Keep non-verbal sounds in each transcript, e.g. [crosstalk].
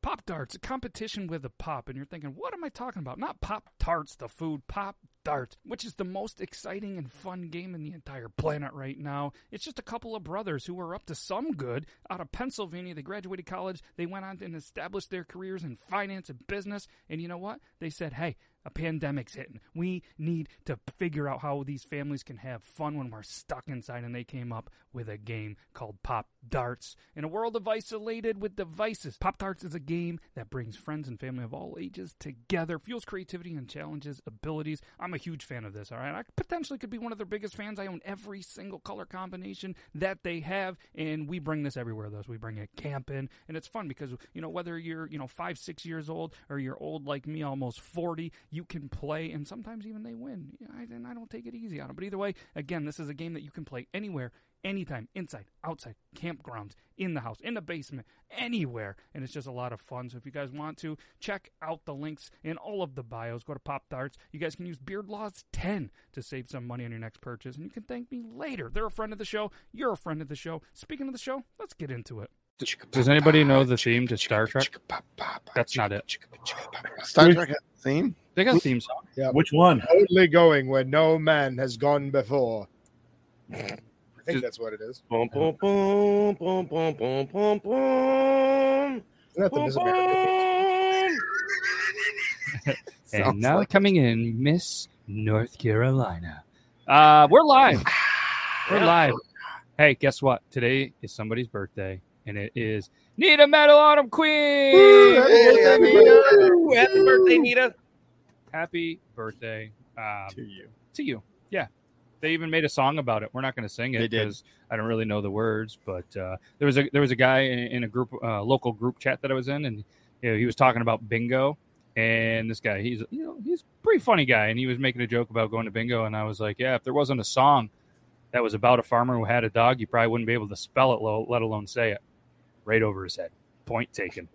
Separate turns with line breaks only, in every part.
Pop darts, a competition with a pop, and you're thinking, what am I talking about? Not Pop Tarts, the food, Pop Darts, which is the most exciting and fun game in the entire planet right now. It's just a couple of brothers who were up to some good out of Pennsylvania. They graduated college, they went on and established their careers in finance and business, and you know what? They said, hey, a pandemic's hitting. We need to figure out how these families can have fun when we're stuck inside. And they came up with a game called Pop Darts. In a world of isolated with devices, Pop Darts is a game that brings friends and family of all ages together, fuels creativity, and challenges abilities. I'm a huge fan of this, all right? I potentially could be one of their biggest fans. I own every single color combination that they have, and we bring this everywhere with us. We bring it camping, and it's fun because, you know, whether you're, you know, five, six years old or you're old like me, almost 40, you can play, and sometimes even they win. You know, I, and I don't take it easy on them. But either way, again, this is a game that you can play anywhere, anytime, inside, outside, campgrounds, in the house, in the basement, anywhere. And it's just a lot of fun. So if you guys want to, check out the links in all of the bios. Go to Pop Darts. You guys can use Beard Laws 10 to save some money on your next purchase, and you can thank me later. They're a friend of the show. You're a friend of the show. Speaking of the show, let's get into it.
Does anybody know the theme to Star Trek? That's not it.
Star Trek has a theme?
They got a theme song.
Yeah. Which one?
Only going where no man has gone before. I think that's what it is.
Boom, boom, boom, boom, boom, boom, boom, boom.
Isn't that the Miss America?
[laughs] And
Sounds
now
like-
coming in, Miss North Carolina. Uh, we're [sighs] live. We're live. Hey, guess what? Today is somebody's birthday, and it is Need a Medal Autumn Queen.
[laughs] Hey, happy birthday.
Ooh, Happy birthday, Nita.
Happy birthday um,
To you.
to you. Yeah. They even made a song about it. We're not going to sing it
They did.
because I don't really know the words. But uh, there was a there was a guy in, in a group uh, local group chat that I was in, and you know, he was talking about bingo. And this guy, he's you know he's a pretty funny guy, and he was making a joke about going to bingo. And I was like, yeah, if there wasn't a song that was about a farmer who had a dog, you probably wouldn't be able to spell it, lo- let alone say it. Right over his head. Point taken.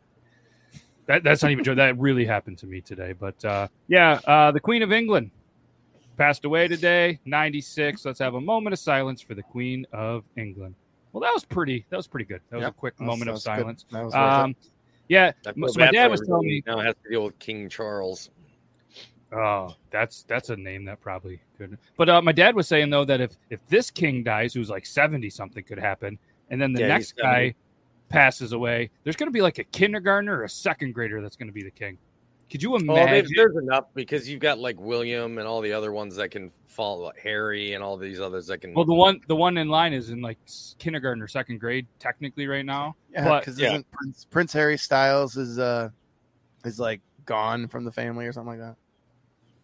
That, that's not even joke. That really happened to me today. But uh, yeah, uh, the Queen of England passed away today, 96. Let's have a moment of silence for the Queen of England. Well, that was pretty. That was pretty good. That was
Yep,
a quick
That
moment of
sounds good.
silence.
That was worth it.
Um, yeah,
I feel
so my
bad
dad
for
was telling me,
everybody now has to deal with King Charles.
oh, that's that's a name that probably could. But uh, my dad was saying though that if if this king dies, who's like seventy something, could happen, and then the
Yeah,
next
he's 70.
guy passes away, there's going to be like a kindergartner or a second grader that's going to be the king. Could you
Oh, there's,
imagine?
there's enough because you've got like William and all the other ones that can follow like, Harry and all these others that can.
well, the one the one in line is in like s- kindergarten or second grade technically right now.
Yeah,
But-
because
yeah.
isn't Prince, Prince Harry Styles is uh is like gone from the family or something like that?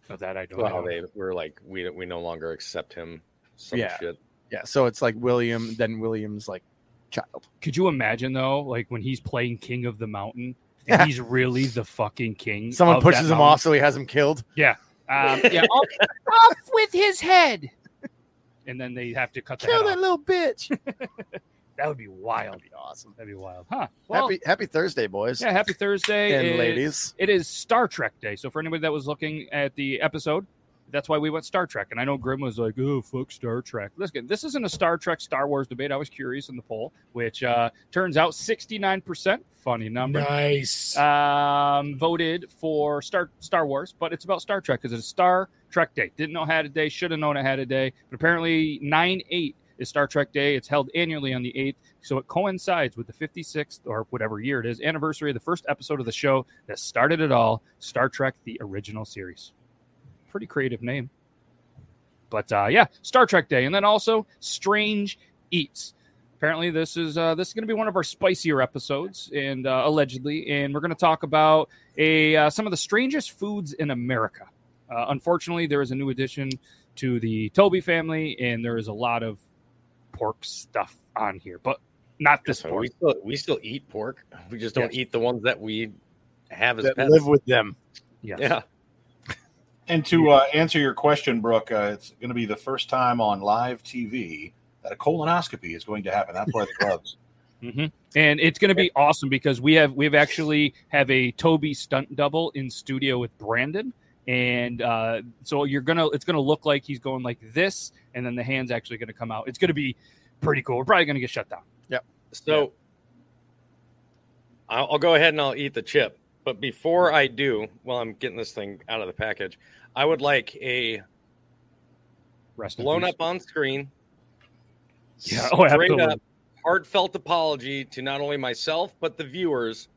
So that I don't
well,
know.
they were like we we no longer accept him. Some
Yeah.
shit.
Yeah, so it's like William, then William's like child.
Could you imagine though, like when he's playing King of the Mountain
[laughs]
and he's really the fucking king?
Someone
of that
pushes him
mountain?
off, so he has him killed.
[laughs] Um, yeah, off, off with his head. And then they have to cut
[laughs]
the
Kill
head
that
off.
little bitch.
That would be wild.
That'd be awesome.
That'd be wild, huh? Well,
happy Happy Thursday, boys
yeah, happy Thursday,
and
It-
ladies.
It is Star Trek Day. So for anybody that was looking at the episode, that's why we went Star Trek. And I know Grim was like, "Oh fuck, Star Trek." Listen, this isn't a Star Trek Star Wars debate. I was curious in the poll, which uh, turns out sixty nine percent, funny number,
Nice.
uh,
um, voted for Star Star Wars, but it's about Star Trek because it's Star Trek Day. Didn't know had a day, should have known it had a day, but apparently nine eight is Star Trek Day. It's held annually on the eighth, so it coincides with the fifty sixth or whatever year it is anniversary of the first episode of the show that started it all, Star Trek: The Original Series. Pretty creative name, but uh, yeah, Star Trek Day, and then also Strange Eats apparently this is uh, this is going to be one of our spicier episodes and uh, allegedly and we're going to talk about a uh, some of the strangest foods in america uh, unfortunately there is a new addition to the toby family and there is a lot of pork stuff on here but not this
So we
pork
still we still eat pork. We just don't eat the ones that we have as
That
pets.
live with them.
yes.
yeah.
And to uh, answer your question, Brooke, uh, it's going to be the first time on live TV that a colonoscopy is going to happen. That's why the gloves.
hmm and it's going to be awesome because we have we've actually have a Toby stunt double in studio with Brandon, and uh, so you're gonna it's gonna look like he's going like this, and then the hand's actually gonna come out. It's gonna be pretty cool. We're probably gonna get shut down.
So I'll, I'll go ahead and I'll eat the chip. But before I do, while I'm getting this thing out of the package, I would like a
Rest in
blown
peace.
up on screen.
[laughs] Yeah, oh,
straight
absolutely.
up heartfelt apology to not only myself but the viewers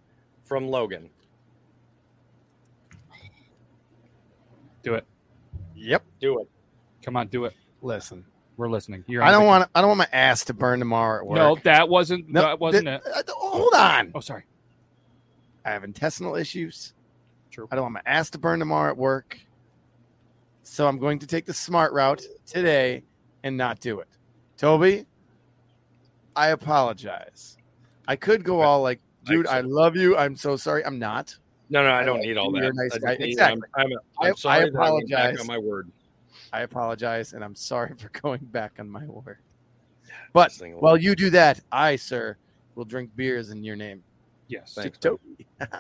from Logan.
Do it.
Yep.
Do it.
Come on, do it.
Listen,
We're listening. You're on
I don't
vacation.
want I don't want my ass to burn tomorrow at work.
No, that wasn't.
No,
that wasn't
th-
it.
uh, hold on.
Oh, sorry.
I have intestinal issues.
True.
I don't want my ass to burn tomorrow at work. So I'm going to take the smart route today and not do it. Toby, I apologize. I could go all like, dude, I love you. I'm so sorry. I'm not.
No, no, I don't need all that.
You're a nice
I just
guy.
need-
Exactly.
I'm, I'm-
I-
I'm
I
sorry that I went back
apologize.
on my word.
I apologize and I'm sorry [laughs] for going back on my word. But
This thing will-
While you do that, I, sir, will drink beers in your name.
Yes.
Thanks,
Toby.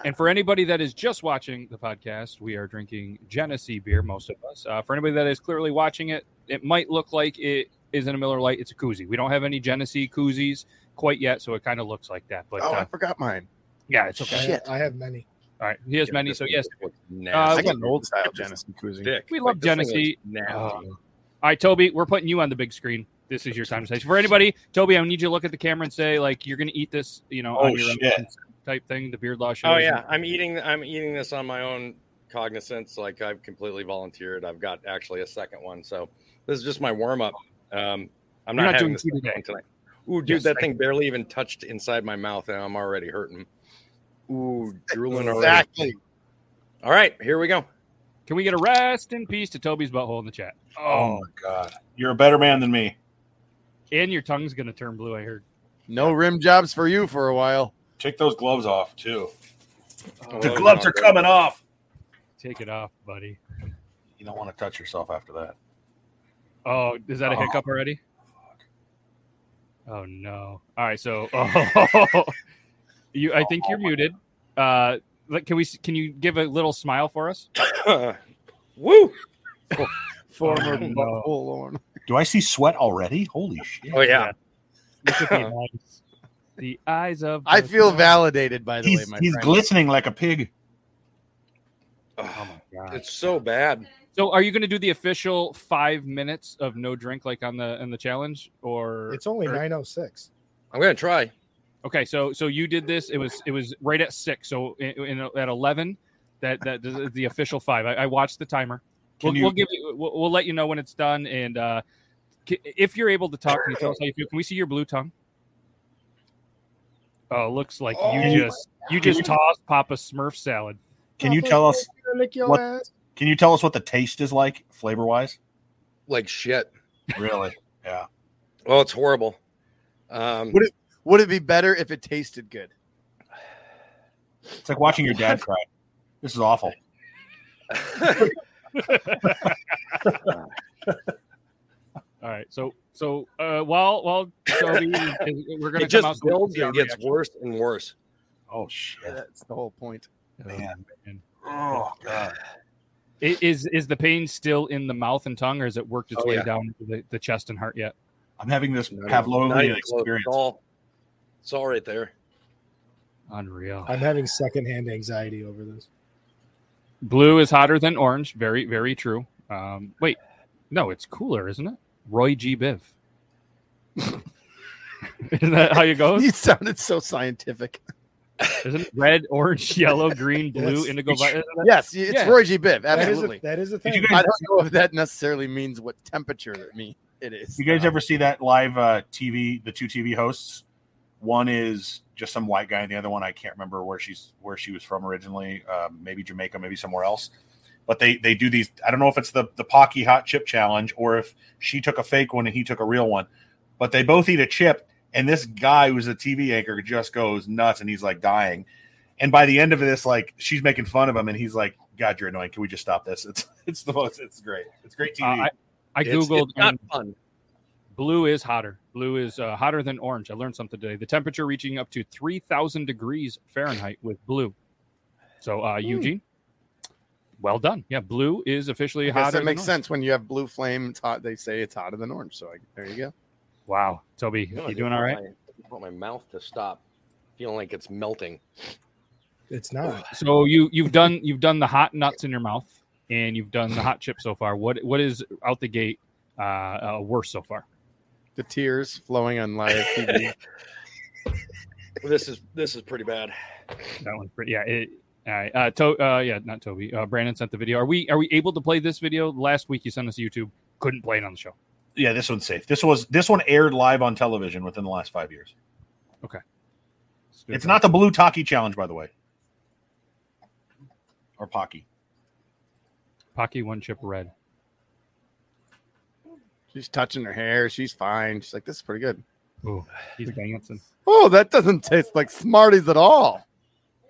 And for anybody that is just watching the podcast, we are drinking Genesee beer, most of us. Uh, for anybody that is clearly watching it, it might look like it isn't a Miller Lite; it's a koozie. We don't have any Genesee koozies quite yet, so it kind of looks like that. But
Oh, I
uh,
forgot mine.
yeah, it's okay.
Shit.
I, I have many.
All right, he has
Yeah,
many.
this
So
thing
yes,
looks
Uh,
I
nasty.
got an old style Genesee koozie.
Dick.
we love
this thing looks
Genesee.
nasty.
Uh,
Oh. all right, Toby, we're putting you on the big screen. This is your time station. For anybody, Toby, I need you to look at the camera and say, like, you're going to eat this, you know,
[laughs] Oh,
on your own
shit.
type thing. The beard law show.
Oh yeah, I'm eating. I'm eating this on my own cognizance. Like I've completely volunteered. I've got actually a second one. So this is just my warm up. Um, I'm not,
You're not
having
doing
this
two
second
today.
one tonight. Ooh, dude,
Yes,
that thing barely even touched inside my mouth, and I'm already hurting. Ooh, drooling already.
Exactly.
All right, here we go.
Can we get a rest in peace to Toby's butthole in the chat?
Oh my god, you're a better man than me.
And your tongue's going to turn blue. I heard.
No rim jobs for you for a while.
Take those gloves off too.
The
the gloves are coming off.
Take it off, buddy.
You don't want to touch yourself after that.
Oh, is that a
Oh.
hiccup already? Oh no! All right, so [laughs] oh, you. I think you're muted. Uh, like, can we? Can you give a little smile for us?
[laughs] Woo!
Former
Oh, no.
butthole Lorne.
Do I see sweat already? Holy shit!
Oh yeah,
Look at the eyes. The eyes of.
I
the-
feel validated by the way,
He's,
my
he's
friend.
glistening like a pig.
Oh
Ugh,
my god!
it's so bad.
So, are you going to do the official five minutes of no drink, like on the in the challenge, or
It's only
or-
nine oh six.
I'm gonna try.
Okay, so so you did this. It was it was right at six. So in, in, at eleven, that that is the official five. I, I watched the timer.
Can
We'll,
you-
we'll give you, we'll, we'll let you know when it's done, and uh, c- if you're able to talk, can you tell us how you feel? Can we see your blue tongue? Oh, looks like you just you just tossed Papa Smurf salad.
Can you tell us?
Lick your
what-
ass.
Can you tell us what the taste is like, flavor [laughs] wise?
Like shit.
Really?
Oh, it's horrible. Um,
What Would it be better if it tasted good?
It's like watching your dad cry. This is awful.
[laughs]
All right, so so uh, while while Toby, is- we're gonna
it
come
just
out, so we can
builds
see our
and gets
reaction.
worse and worse.
Oh shit!
That's the whole point.
Man.
man.
Oh god.
I- Is is the pain still in the mouth and tongue, or has it worked its
Oh,
way
yeah.
down to the, the chest and heart yet?
I'm having this
Not Not
Pavlovian
even close. It's
experience.
all, it's all right there.
Unreal.
I'm having secondhand anxiety over this.
Blue is hotter than orange. Very very true. Um, wait, no, it's cooler, isn't it? Roy G. Biv. [laughs] isn't that how you go?
You sounded so scientific.
Isn't it red, orange, yellow, green, blue,
Yes.
indigo? vi- isn't that-
Yes, it's
Yeah.
Roy G. Biv.
That is a-
Absolutely.
That is a,
Did you
thing.
guys-
I don't know if that necessarily means what temperature that mean it is.
You guys ever see that live uh, TV? The two TV hosts. One is just some white guy, and the other one I can't remember where she's where she was from originally. Uh, maybe Jamaica, maybe somewhere else. But they they do these. I don't know if it's the the Pocky Hot Chip Challenge or if she took a fake one and he took a real one. But they both eat a chip, and this guy who's a TV anchor just goes nuts, and he's like dying. And by the end of this, like she's making fun of him, and he's like, "God, you're annoying. Can we just stop this?" [laughs] It's it's the most. It's great. It's great
Uh,
TV.
I, I
It's-
googled.
It's not
and-
fun.
Blue is hotter. Blue is uh, hotter than orange. I learned something today. The temperature reaching up to 3,000 degrees Fahrenheit with blue. So, uh, Eugene, well done. Yeah, blue is officially
I guess
hotter.
that makes
than orange.
sense when you have blue flame. It's hot. They say it's hotter than orange. So I, there you go.
Wow. Toby,
No, I
you
just
doing
want
all right?
my- I want my mouth to stop feeling like it's melting.
It's not.
So you you've done you've done the hot nuts in your mouth, and you've done the hot chip so far. What what is out the gate uh, uh worse so far?
The tears flowing on live TV.
This is this is pretty bad.
That one's pretty. Yeah. It, all right. Uh, to, uh, yeah, not Toby. Uh, Brandon sent the video. Are we are we able to play this video? Last week you sent us YouTube. Couldn't play it on the show.
Yeah, this one's safe. This was this one aired live on television within the last five years.
Let's do it
It's
now.
not the blue taki challenge, by the way, or pocky.
Pocky one chip red.
She's touching her hair. She's fine. She's like, this is pretty good.
Ooh, he's dancing.
Oh, that doesn't taste like Smarties at all.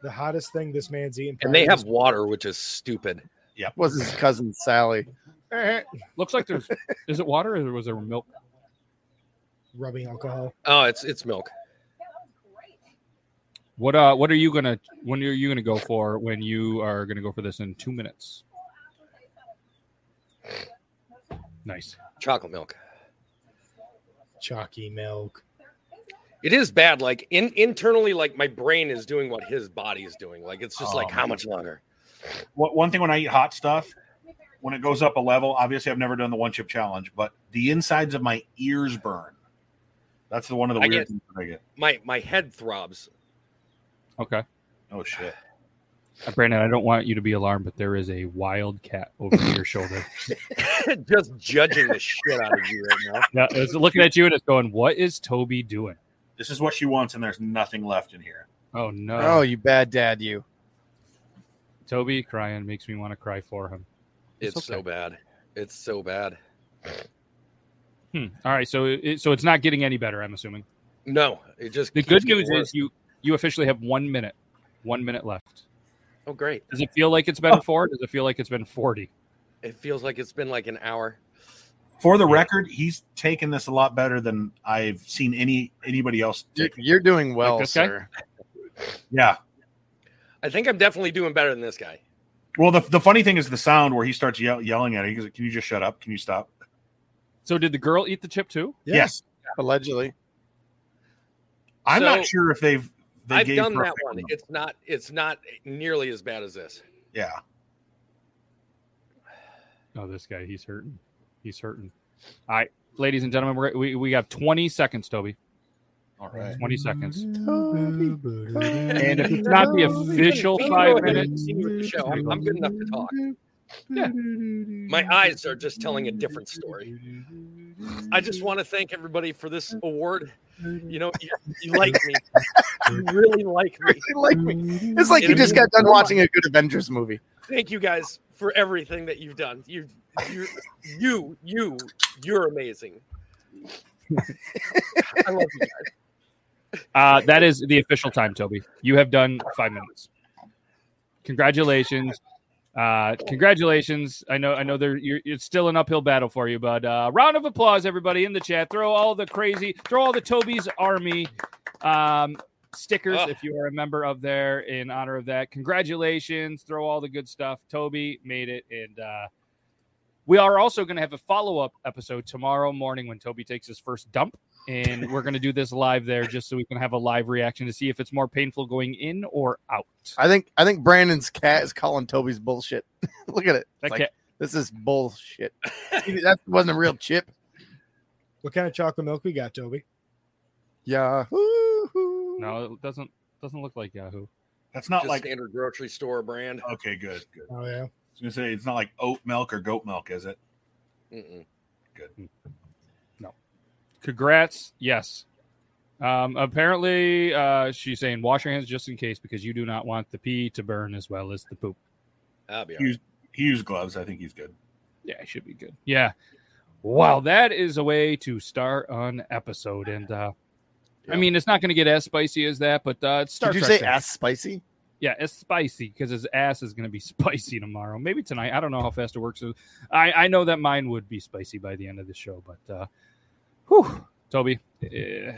The hottest thing this man's eating.
And they
probably
have water, which is stupid.
Was his cousin Sally?
Uh-huh.
is
Looks like
[laughs]
there's is it water or was there milk?
rubbing alcohol.
Oh, it's it's milk.
What uh what are you gonna when are you gonna go for when you are gonna go for this in two minutes? Nice.
Chocolate milk.
Chalky milk.
It is bad. Like in internally, like my brain is doing what his body is doing. Like it's just
Oh,
like how
man.
much longer?
What, one thing when I eat hot stuff, when it goes up a level, obviously I've never done the one chip challenge, but the insides of my ears burn. That's the one of the
I
weird
get-
things that I get.
My my head throbs. [laughs]
Okay.
Oh shit!
Uh, Brandon, I don't want you to be alarmed, but there is a wild cat over your shoulder.
just judging the shit out of you right now.
Yeah, it's looking at you and it's going, What is Toby doing?
This is what she wants, and there's nothing left in here.
Oh no.
Oh, you bad dad, you.
Toby crying makes me want to cry for him.
It's,
It's okay.
so bad. It's so bad.
Hmm. All right, so it, so it's not getting any better. I'm assuming.
No, it just
The
keeps
good
getting
news
worse.
is you you officially have one minute, one minute left.
oh great.
Does it feel like it's been four? Does it feel like it's been forty?
It feels like it's been like an hour.
For the record, he's taken this a lot better than I've seen any anybody else
You're-
take. it.
You're doing well,
this guy?
sir.
Yeah.
I think I'm definitely doing better than this guy.
Well, the, the funny thing is the sound where he starts yell, yelling at her. He goes, "Can you just shut up? Can you stop?"
So did the girl eat the chip too?
Yeah.
Yes.
Allegedly.
I'm
So-
not sure if they've. They
I've
gave
done
her a
that
pick
one.
number.
It's not it's not nearly as bad as this.
Yeah.
Oh, this guy, he's hurting. He's hurting. All right, ladies and gentlemen, we're, we we have twenty seconds, Toby.
All right.
Twenty seconds.
And
if it's not the official
Even though
five
I haven't
minutes-
seen you at the show, I'm, I'm good enough to talk. My eyes are just telling a different story. I just want to thank everybody for this award. You know, you, you like me. You really like me.
They like me. It's like you just got done watching a good Avengers movie.
thank you guys for everything that you've done. You, you, you, you, you're amazing. [laughs] I love you guys.
Uh, that is the official time, Toby. You have done five minutes. Congratulations. Uh, congratulations. I know, I know there, you're, it's still an uphill battle for you, but uh, round of applause, everybody in the chat. Throw all the crazy, throw all the Toby's army um, stickers
Oh.
if you are a member of there in honor of that. Congratulations. Throw all the good stuff. Toby made it. And uh, we are also going to have a follow up episode tomorrow morning when Toby takes his first dump and we're going to do this live there just so we can have a live reaction to see if it's more painful going in or out.
I think I think Brandon's cat is calling Toby's bullshit. [laughs] Look at it.
That
Like,
cat-
This is bullshit. that wasn't a real chip.
What kind of chocolate milk we got, Toby?
Yeah.
no, it doesn't doesn't look like Yahoo.
That's not
Just
like
standard grocery store brand.
okay, good, good.
Oh yeah.
I was gonna say it's not like oat milk or goat milk, is it?
Mm-mm.
Congrats. Yes. Um, apparently, uh, she's saying wash your hands just in case because you do not want the pee to burn as well as the poop.
I'll be all
You-
right.
He used gloves. I think he's good.
Yeah, it should be good. Yeah. Wow, that is a way to start an episode. And uh, I
Yeah.
mean, it's not going to get as spicy as that, but uh, it's Star
Did you
Trek
say
thing.
ass spicy?
Yeah, it's spicy because his ass is going to be [laughs] spicy tomorrow. Maybe tonight. I don't know how fast it works. I, I know that mine would be spicy by the end of the show, but uh, whew, Toby, eh,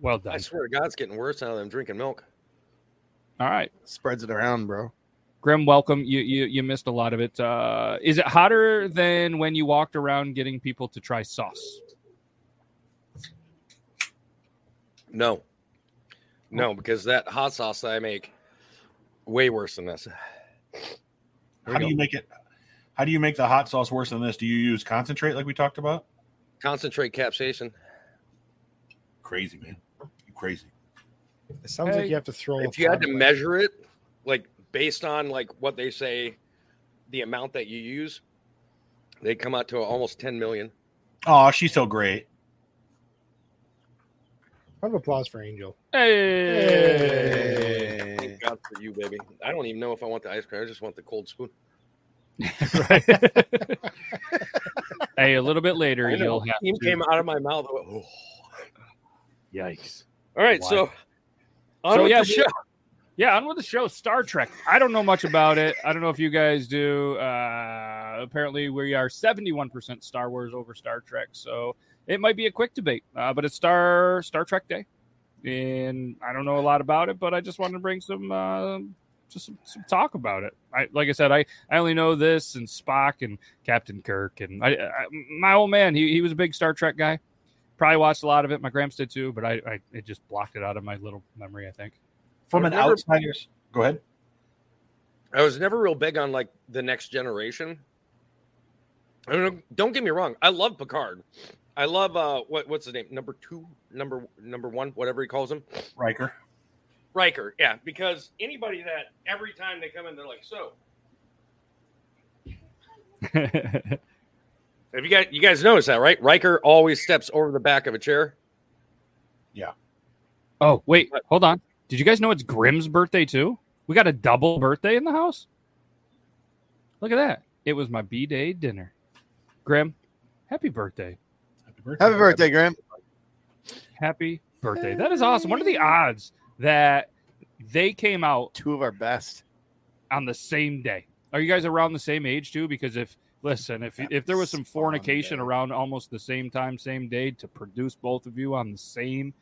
well
I
done.
swear to God, it's getting worse now that I'm drinking milk.
All right,
Spreads it around, bro.
Grim, welcome. You you you missed a lot of it. Uh, is it hotter than when you walked around getting people to try sauce?
No, no, because that hot sauce that I make way worse than this.
How do you make it? How do you make the hot sauce worse than this? Do you use concentrate like we talked about?
Concentrate capsation.
Crazy man, you crazy.
It sounds
Hey,
like you have to throw.
If you had to
product.
measure it, like based on like what they say, the amount that you use, they come out to almost 10 million.
Oh, she's so great.
round of applause for Angel.
Hey.
Thank God for you, baby. I don't even know if I want the ice cream. I just want the cold spoon.
Right. hey, a little bit later,
I know,
you'll have
steam
to.
came out of my mouth. I went, "Oh."
Yikes.
All right,
Wow.
so on
So,
with
yeah,
the
we-
show.
Yeah, on with the show, Star Trek. I don't know much about it. I don't know if you guys do. Uh, apparently, we are 71% Star Wars over Star Trek. So it might be a quick debate, uh, but it's Star Star Trek Day. And I don't know a lot about it, but I just wanted to bring some uh, just some, some talk about it. I, like I said, I, I only know this and Spock and Captain Kirk. And I, I, my old man, he, he was a big Star Trek guy. Probably watched a lot of it. My gramps did too, but I, I it just blocked it out of my little memory, I think. [laughs]
From an
Remember-
outsider's, go ahead.
I was never real big on like the next generation. I mean, don't get me wrong. I love Picard. I love uh what what's his name? Number two, number number one, whatever he calls him.
Riker.
Riker, yeah. Because anybody that every time they come in, they're like, so have you guys you guys noticed that, right? Riker always steps over the back of a chair.
Oh, wait, hold on. Did you guys know it's Grimm's birthday too? We got a double birthday in the house. Look at that. It was my B day dinner. Grim, happy birthday.
Happy birthday.
Happy birthday, Graham.
Happy birthday. That is awesome. What are the odds that they came out
Two of our best.
on the same day? Are you guys around the same age too? Because if listen, if if there was some fornication around almost the same time, same day to produce both of you on the same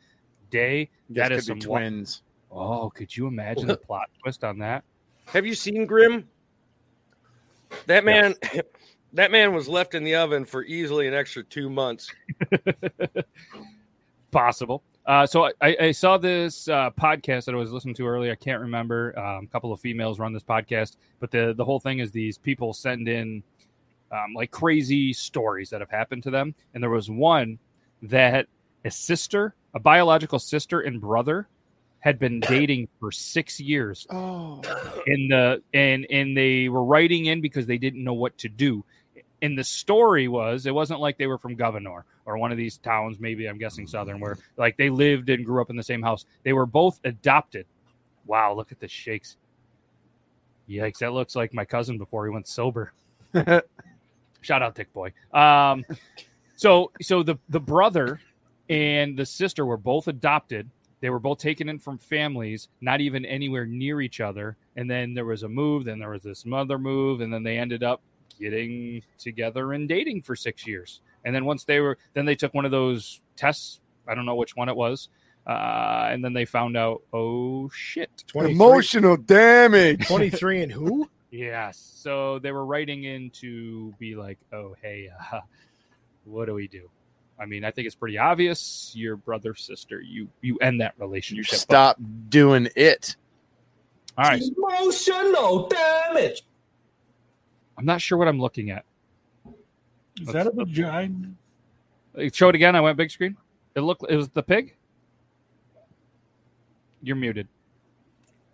day, that
This
is
could
some
be
twin.
twins.
Oh, could you imagine the plot twist on that?
Have you seen Grimm? That man [laughs] that man was left in the oven for easily an extra two months.
[laughs] possible. Uh, so I- I, I saw this uh, podcast that I was listening to earlier. I can't remember. Um, a couple of females run this podcast, but the the whole thing is these people send in um, like crazy stories that have happened to them, and there was one that a sister, a biological sister and brother, had been dating for six years,
Oh,
in the and and they were writing in because they didn't know what to do and the story was it wasn't like they were from governor or one of these towns maybe i'm guessing southern where like they lived and grew up in the same house they were both adopted wow look at the shakes yikes that looks like my cousin before he went sober shout out dick boy um so so the the brother and the sister were both adopted they were both taken in from families not even anywhere near each other and then there was a move then there was this mother move and then they ended up getting together and dating for six years and then once they were then they took one of those tests i don't know which one it was uh, and then they found out oh shit
23,
emotional damage.
23 and who?
yeah so they were writing in to be like oh hey uh, [laughs] what do we do i mean i think it's pretty obvious your brother sister you you end that
You
relationship
stop doing it.
all right
Emotional damage.
i'm not sure what i'm looking at
Is that a vagina?
Like, Show it again. I went big screen. It looked. It was the pig. You're muted,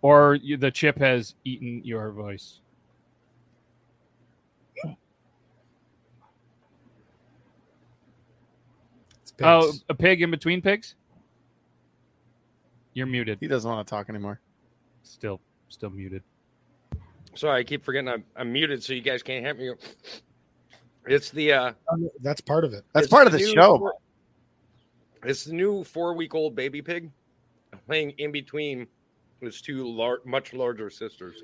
or you, the chip has eaten your voice.
It's
Oh,
pigs.
a pig in between pigs. You're muted.
He doesn't want to talk anymore.
Still, still muted.
Sorry, I keep forgetting I'm, I'm muted, so you guys can't hear me. It's the uh,
Oh, um, that's part of it.
That's
it's
part of the
new
show.
four- it's the new four-week-old baby pig playing in between his two lar- much larger sisters.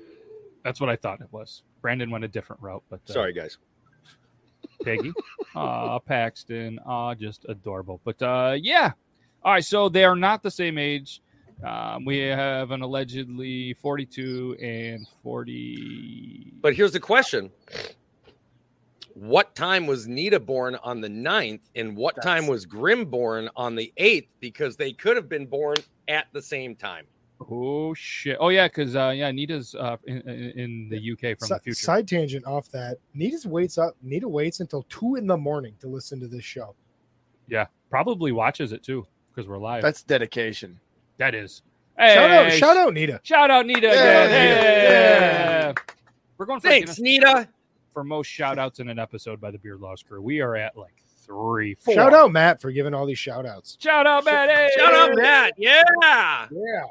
That's what I thought it was. Brandon went a different route, but uh,
Sorry, guys.
Peggy. Aw, Paxton. Aw, just adorable. But uh, yeah. All right. So they are not the same age. Um, we have an allegedly 42 and 40.
But here's the question: What time was Nita born on the 9th, and what time was Grim born on the eighth? Because they could have been born at the same time.
Oh shit! Oh yeah, because uh, yeah, Nita's uh, in, in in the UK from the
Si-
future.
Side tangent off that. Nita waits up. Nita waits until two in the morning to listen to this show.
Probably watches it too because we're live.
That's dedication.
that is. Hey,
Shout out! Shout out, Nita.
Shout out, Nita.
Yeah,
again.
Nita.
Yeah. We're going for
Thanks,
Guinness
Nita.
for most shout outs in an episode by the Beard Laws crew. We are at like three, four.
Shout out Matt for giving all these shout outs.
Shout out, Matt. Hey.
Shout out Matt. Yeah.
Yeah.
I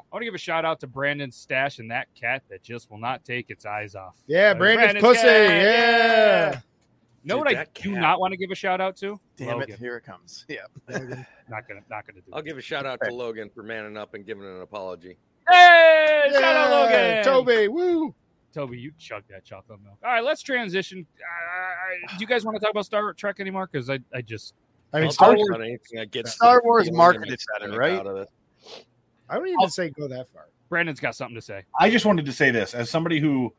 want to give a shout out to Brandon's stash and that cat that just will not take its eyes off.
Yeah,
Like,
Brandon's,
Brandon's
pussy.
cat,
Yeah.
Know
Dude,
what I
that
do
cat.
not want to give a shout out to?
Damn
Logan.
[laughs]
it! Here it comes. Yeah.
Not gonna, not gonna do.
I'll
it.
give a shout out to Logan for manning up and giving an apology.
Hey,
yeah.
shout out Logan.
Toby. Woo.
Toby, you chug that chocolate milk. All right, let's transition. Uh, do you guys want to talk about Star Trek anymore? Because I, I just
I mean,
I'll
Star
talk
Wars.
about anything that gets
Star
the
Wars
feeling
marketed
and
better,
sentiment
right?
out of it.
I don't even
I'll-
say go that far.
Brandon's got something to say.
I just wanted to say this as somebody who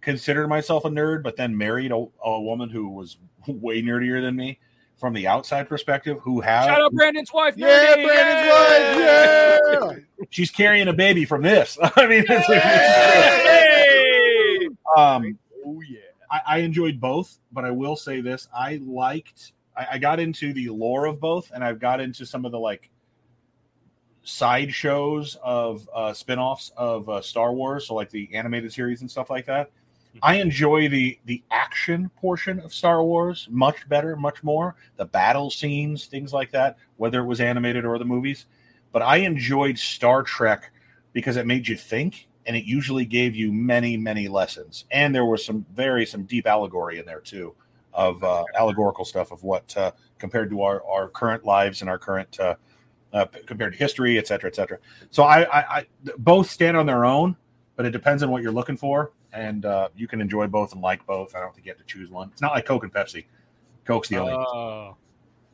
considered myself a nerd, but then married a, a woman who was [laughs] way nerdier than me from the outside perspective, who has
Shout out Brandon's wife.
Uh, Yeah,
Nerdy.
Brandon's wife.
she's carrying a baby from this. [laughs] I mean, it's like-
Hey!
um,
Oh yeah.
I, I enjoyed both, but I will say this: I liked. I, I got into the lore of both, and I've got into some of the like side shows of uh, spin-offs of uh, Star Wars, so like the animated series and stuff like that.
Mm-hmm.
I enjoy the the action portion of Star Wars much better, much more. The battle scenes, things like that, whether it was animated or the movies. But I enjoyed Star Trek because it made you think and it usually gave you many, many lessons. And there was some very some deep allegory in there too of uh, allegorical stuff of what uh, compared to our, our current lives and our current uh, uh, compared to history, et cetera, et cetera. So I, I, I both stand on their own, but it depends on what you're looking for, and uh, you can enjoy both and like both. I don't think you have to choose one. It's not like Coke and Pepsi. Coke's the only.
Oh,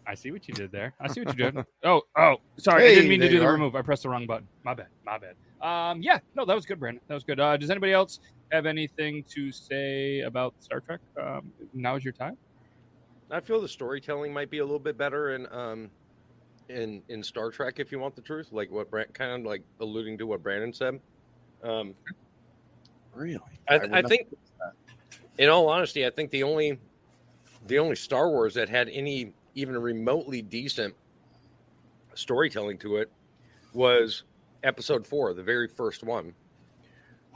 I see what you did there. I see what you did. Oh, oh, sorry, I didn't
Hey,
mean to
there
do
you
the
are.
remove. I pressed the wrong button. My bad. My bad. Um, yeah, no, that was good, Brandon. That was good. Uh, does anybody else have anything to say about Star Trek? Um, now is your time.
I feel the storytelling might be a little bit better in um in in Star Trek if you want the truth, like what Brand kind of like alluding to what Brandon said. Um
Really?
I,
would
I
not-
think in all honesty, I think the only the only Star Wars that had any even remotely decent storytelling to it was episode four, the very first one. [sighs]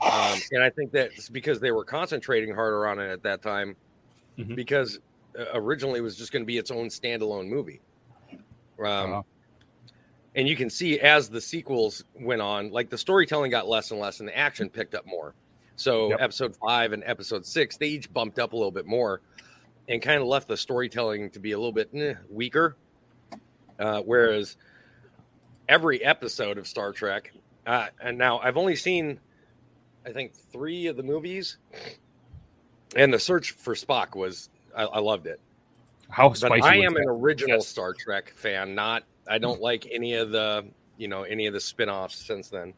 Um, and I think that's because they were concentrating harder on it at that time
Mhm.
because uh, originally it was just going to be its own standalone movie. Um,
Wow.
And you can see as the sequels went on, like the storytelling got less and less and the action picked up more. So
Yep.
episode five and episode six, they each bumped up a little bit more and kind of left the storytelling to be a little bit eh, weaker. Uh, whereas every episode of Star Trek, uh, and now I've only seen, I think, three of the movies, and the search for Spock was, I, I loved it.
How
But
spicy!
I
was
am
that?
an original
Yes.
Star Trek fan. Not I don't like any of the you know any of the spin-offs since then.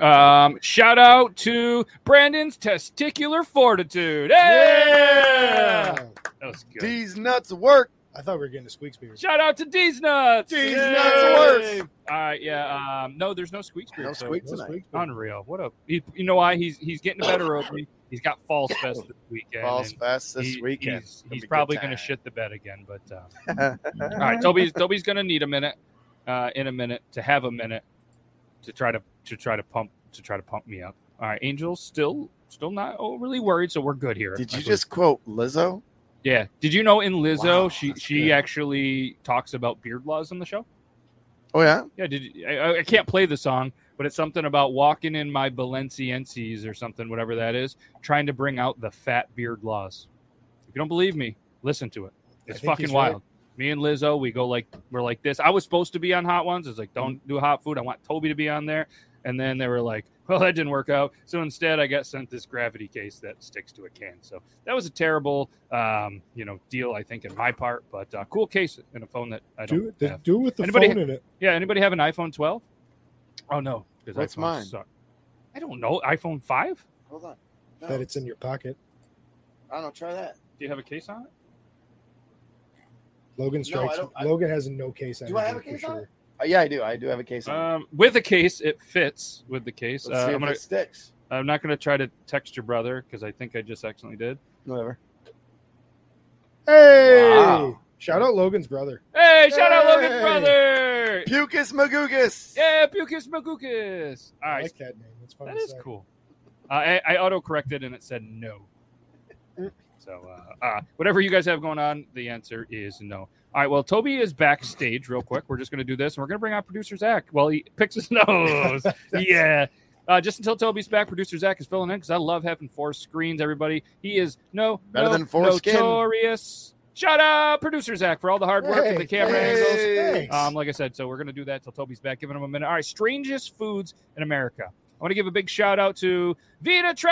Um, shout out to Brandon's testicular fortitude. Yeah, that was good.
These nuts work.
I thought we were getting to Squeaks beer.
shout out to D's nuts.
D's
Yay!
nuts works.
All right, yeah. Um, no, there's no squeaks.
No squeak tonight.
Unreal. What a he, you know why he's he's getting better over me. He's got false fest this weekend.
Falls
and
fast this
he-
weekend.
He's,
Gonna
he's
be a
probably
good
going to
time.
shit the bed again. But um,
[laughs]
all right, Toby's Toby's going to need a minute uh, in a minute to have a minute to try to to try to pump to try to pump me up. All right, Angel's still still not overly worried, so we're good here.
Did
I
you
believe.
just quote Lizzo?
Yeah. Did you know in Lizzo
Wow,
she
that's
she
good.
actually talks about beard laws on the show?
Oh yeah.
Yeah, did you- I, I can't play the song, but it's something about walking in my Balenciennes or something, whatever that is, trying to bring out the fat beard laws. If you don't believe me, listen to it.
I
It's
think
fucking
he's right.
wild. Me and Lizzo, we go like we're like this. I was supposed to be on Hot Ones. It's like don't do hot food. I want Toby to be on there. And then they were like, [laughs] well, that didn't work out. So instead, I got sent this gravity case that sticks to a can. So that was a terrible, um, you know, deal. I think in my part, but uh, cool case and a phone that I don't
Do it,
have.
do it with the
Anybody-
phone in it.
Yeah, anybody have an iPhone 12? Oh no, 'cause
What's
iPhones
mine?
suck. I don't know. iPhone 5?
Hold on. No,
That it's in your pocket.
I don't know. Try that.
Do you have a case on it?
No,
Logan
I
strikes.
don't- I-
Logan has no case.
Do I have
energy
a
for
case on it? Uh, yeah, I do. I do have a case. on it.
Um, with a case, it fits with the case.
Let's
Uh,
see
I'm
if
gonna.
it sticks.
I'm not gonna try to text your brother because I think I just accidentally did.
Whatever.
Hey!
Wow.
Shout out Logan's brother.
Hey, shout out
Hey!
Logan's brother.
Pucus Magoogus.
Yeah, Pukus Magookus. All
I
right,
like that name. It's fun.
that
to
is
say.
cool. Uh, I, I auto corrected and it said
[laughs]
no. So, uh, uh, whatever you guys have going on, the answer is no. All right, well, Toby is backstage real quick. We're just going to do this and we're going to bring on producer Zach while he picks
[laughs]
his [laughs] nose. yeah. Uh, just until Toby's back, producer Zach is filling in because I love having four screens, everybody. He is no,
Better
no
than foreskin.
notorious. Shut up, producer Zach, for all the hard work and the camera
thanks,
angles.
thanks.
Um, like I said, so we're gonna do that till Toby's back, giving him a minute. All right, strangest foods in America. I want to give a big shout out to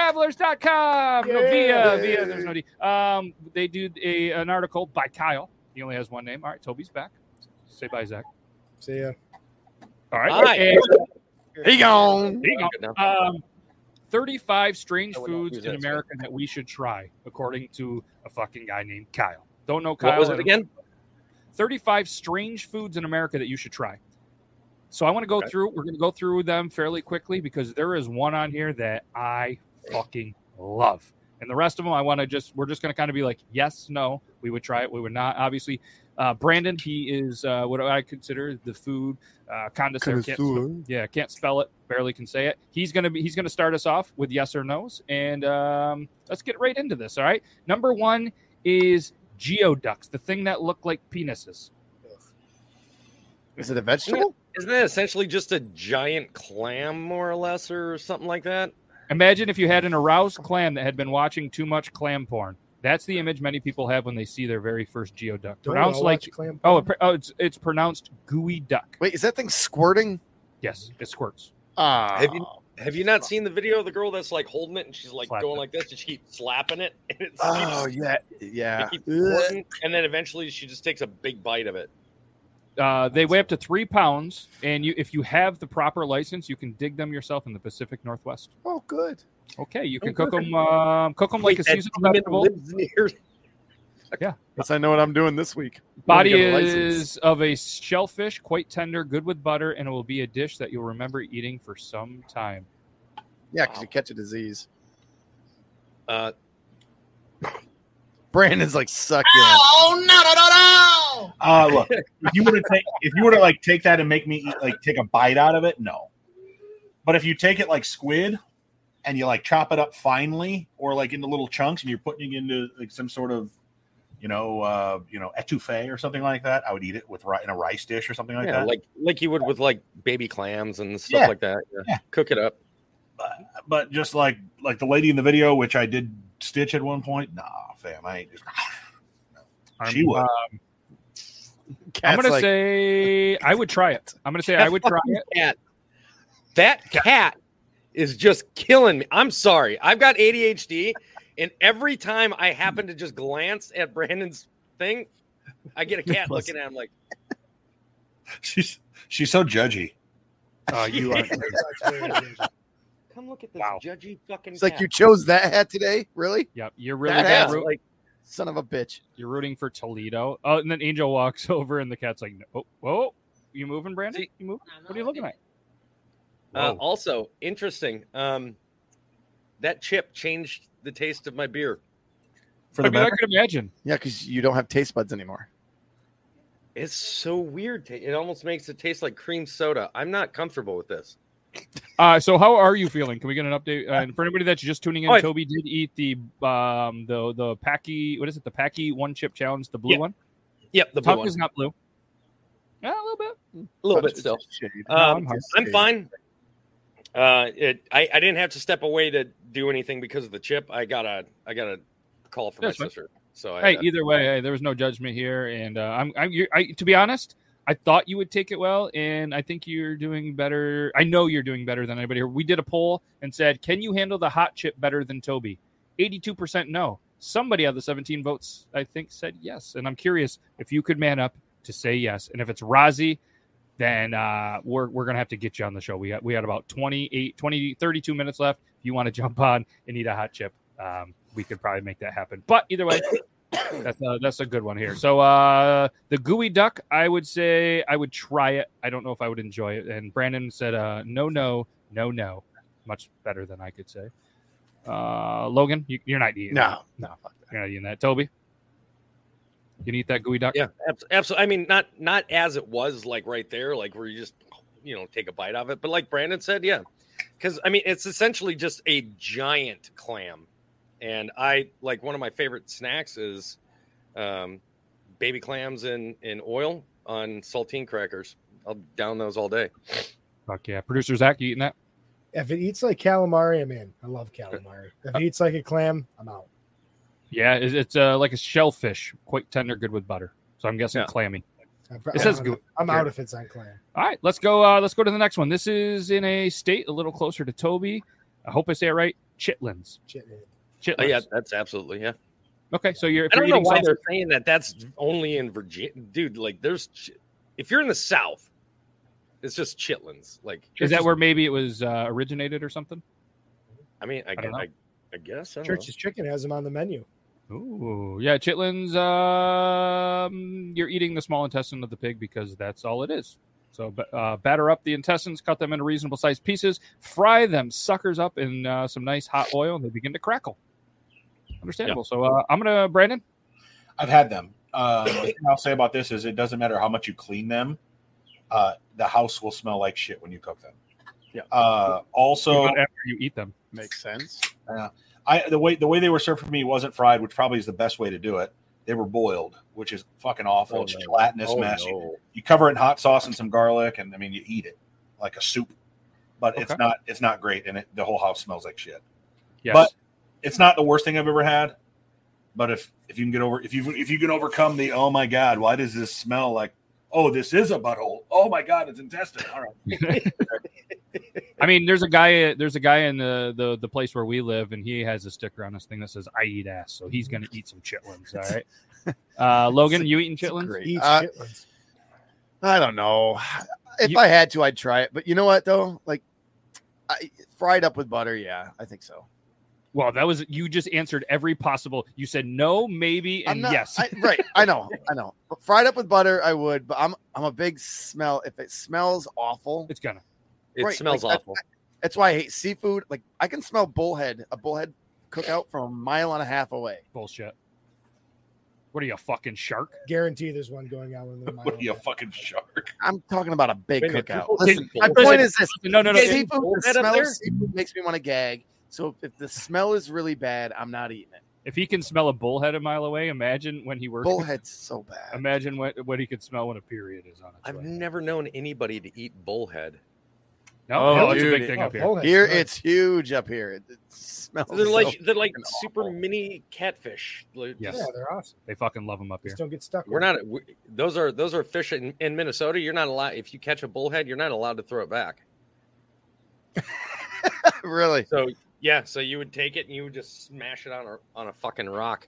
VitaTravelers.com. No,
Yeah.
Via, Via. There's no D. Um, they did a, an article by Kyle. He only has one name. All right, Toby's back. Say bye, Zach.
See ya.
All right.
Bye.
And-
He gone.
there you go.
Good now.
Um, 35 strange
I would not
foods
use
in
that, so-
America that we should try, according to a fucking guy named Kyle. Don't know Kyle.
What was
I
it
don't-
again?
35 strange foods in America that you should try. So I want to go
Okay.
through. We're going to go through them fairly quickly because there is one on here that I fucking love, and the rest of them I want to just. We're just going to kind of be like, yes, no, we would try it, we would not. Obviously, uh, Brandon, he is uh, what I consider the food uh, connoisseur. Can't sp- yeah, can't spell it, barely can say it. He's gonna be. He's gonna start us off with yes or nos, and um, let's get right into this. All right, number one is geoducks, the thing that look like penises.
Is it a vegetable?
Isn't that essentially just a giant clam, more or less, or something like that?
Imagine if you had an aroused clam that had been watching too much clam porn. That's the image many people have when they see their very first geoduck.
Don't
Pronounced
all
like
watch Clam-
oh, it, pr- oh, it's it's pronounced gooey duck.
Wait, is that thing squirting?
Yes, it squirts.
Ah,
Have you- Have you not seen the video of the girl that's like holding it and she's like
Slap
going
it.
like this and she keeps slapping it [laughs] and it
oh
keeps,
yeah, yeah.
it keeps squirting, and then eventually she just takes a big bite of it.
Uh, they weigh up to three pounds, and you if you have the proper license, you can dig them yourself in the Pacific Northwest.
Oh, good.
Okay, you can
Oh,
cook
good.
them um, cook them like a
That
seasonal
demon
vegetable.
lives near-
Yes, I know what I'm doing this week.
Body
Gotta get a license.
is of a shellfish, quite tender, good with butter, and it will be a dish that you'll remember eating for some time.
yeah, because you catch a disease.
Uh,
Brandon's like sucking.
Uh,
[laughs]
look, if you were to take, if you were to like take that and make me eat, like take a bite out of it, no. But if you take it like squid, and you like chop it up finely, or like into little chunks, and you're putting it into like some sort of, you know, uh, you know, etouffee or something like that, I would eat it with ri- in a rice dish or something like
yeah,
that.
like like you would with like baby clams and stuff
Yeah.
like that. Yeah.
Yeah.
Cook it up.
but just like like the lady in the video, which I did stitch at one point. Nah, fam, I ain't just. [sighs] She
Um,
would.
uh,
I'm
Cat's
gonna
like,
say I would try it. I'm gonna say I would try it.
cat. That cat is just killing me. I'm sorry. I've got ADHD, and every time I happen to just glance at Brandon's thing, I get a cat looking at him like,
[laughs] She's she's
[laughs]
so judgy.
Uh, you are.
That's very good.
"Come look at this
Wow.
judgy fucking."
it's like
cat."
you chose that hat today, really?
[laughs] Yep, you're really
That
bad.
ass.
Ru-
like
Son of a bitch.
you're rooting for Toledo. Oh, and then Angel walks [laughs] over, and the cat's like, "Oh, whoa, you moving, Brandon?
See-
You moving? What are you looking at?"
uh,
Whoa.
also interesting. Um, that chip changed the taste of my beer.
For
I
the
mean, I
better,
could imagine.
Yeah, because you don't have taste buds anymore.
It's so weird. ta- It almost makes it taste like cream soda. I'm not comfortable with this.
Uh, so how are you feeling? Can we get an update? Uh, and for anybody that's just tuning in,
Oh, I-
Toby did eat the um the the Packy. What is it? The Packy one chip challenge, the blue
Yeah,
one.
Yep, the blue
Tongue
one.
is not blue. Yeah, a little bit.
a little
Such
bit still.
shade.
Um,
hungry.
I'm fine. Uh, it, I, I didn't have to step away to do anything because of the chip. I got a I got a call from
That's
my
fine.
sister. So I,
hey, either way, hey, there was no judgment here, and uh, I'm, I'm you I, to be honest, I thought you would take it well, and I think you're doing better. I know you're doing better than anybody here. We did a poll and said, can you handle the hot chip better than Toby? Eighty-two percent no. Somebody out of the seventeen votes, I think, said yes, and I'm curious if you could man up to say yes, and if it's Razi. Then uh, we're, we're gonna have to get you on the show. We got we had about 28, 20, 32 minutes left. If you want to jump on and eat a hot chip, um, we could probably make that happen. But either way, That's a, that's a good one here. So uh, the gooey duck, I would say I would try it. I don't know if I would enjoy it. And Brandon said, uh, no, no, no, no. Much better than I could say. Uh, Logan, you, you're not eating. that.
No, no. fuck that.
you're not eating that. Toby, you can eat that gooey duck.
Yeah, absolutely. I mean, not not as it was like right there, like where you just you know take a bite of it, but like Brandon said, yeah, because I mean it's essentially just a giant clam, and I like one of my favorite snacks is um, baby clams in in oil on saltine crackers. I'll down those all day.
Fuck yeah. Producer Zach, you eating that?
If it eats like calamari, I'm in. I love calamari. If it eats like a clam, I'm out.
Yeah, it's, it's uh, like a shellfish, quite tender, good with butter. So I'm guessing
Yeah.
clammy.
I'm, pro-
It says
I'm,
goo-
I'm
here.
out if it's on clam.
All right, let's go. Uh, let's go to the next one. This is in a state a little closer to Toby. I hope I say it right. Chitlins.
Shit, man.
Chitlins.
Oh, yeah, that's absolutely yeah.
Okay, so you're. If
I
you're
don't know
eating
why
sausage-
they're saying that. That's only in Virginia, dude. Like, there's ch- if you're in the South, it's just chitlins. Like,
Is that where maybe it was uh, originated or something?
I mean, I,
don't
gu-
know.
I, I guess.
Oh.
I don't know.
Church's chicken has them on the menu.
Ooh, yeah, chitlins. Um, you're eating the small intestine of the pig because that's all it is. So ba- uh, batter up the intestines, cut them into reasonable sized pieces, fry them suckers up in uh, some nice hot oil, and they begin to crackle. Understandable. So uh, I'm gonna Brandon.
I've had them. Um, the thing I'll say about this is it doesn't matter how much you clean them, uh, the house will smell like shit when you cook them.
Yeah.
Uh, also,
after you eat them.
Makes sense.
I the way the way they were served for me wasn't fried, which probably is the best way to do it. They were boiled, which is fucking awful.
Oh,
it's
no.
gelatinous
Oh,
mess. You,
no.
you cover it in hot sauce and some garlic, and I mean you eat it like a soup. But it's
Okay.
not it's not great, and it, the whole house smells like shit.
Yes.
But it's not the worst thing I've ever had. But if if you can get over if you if you can overcome the oh my god, why does this smell like oh this is a butthole? Oh my god, it's intestine. All right,
I mean, there's a guy. There's a guy in the, the the place where we live, and he has a sticker on his thing that says "I eat ass," so he's gonna eat some chitlins. All
[laughs]
right, uh, Logan, you eating
It's
chitlins?
great.
Eat
Uh,
chitlins.
I don't know. If
You-
I had to, I'd try it. But you know what though? Like, I, fried up with butter. Yeah, I think so.
Well, that was you just answered every possible. You said no, maybe,
I'm
and
not-
yes.
I, right. I know. I know. But fried up with butter, I would. But I'm I'm a big smell. If it smells
[laughs]
awful,
it's gonna.
It
Right,
smells
like, that-
awful.
that's why I hate seafood. Like I can smell bullhead, a bullhead cookout from a mile and a half away.
Bullshit. What are you, a fucking shark?
Guarantee there's one going on in the
what are you a
menu.
fucking shark?
I'm talking about a big
Wait a minute,
cookout.
people-
Listen,
did-
my point is this:
No, no, no.
guys
it-
seafood, the
bullhead up
smell of
there?
seafood makes me want to gag. So if the smell is really bad, I'm not eating it.
if he can smell a bullhead a mile away, imagine when he worked.
Bullhead's so bad.
Imagine what what he could smell when a period is on its
I've
way.
never known anybody to eat bullhead.
no, no,
Oh,
it's a
dude,
big
it-
thing
Oh,
up here.
bullhead's
Here,
good.
it's huge up here. It, it smells.
Oh,
They're
so-
like they're like
fucking
super
awful.
mini catfish. Like,
Yes.
yeah, they're awesome.
They fucking love him up here.
Just don't get stuck.
We're not. We, those are those are fish in, in Minnesota. You're not allowed. If you catch a bullhead, you're not allowed to throw it back.
[laughs] really.
So yeah, so you would take it and you would just smash it on a on a fucking rock.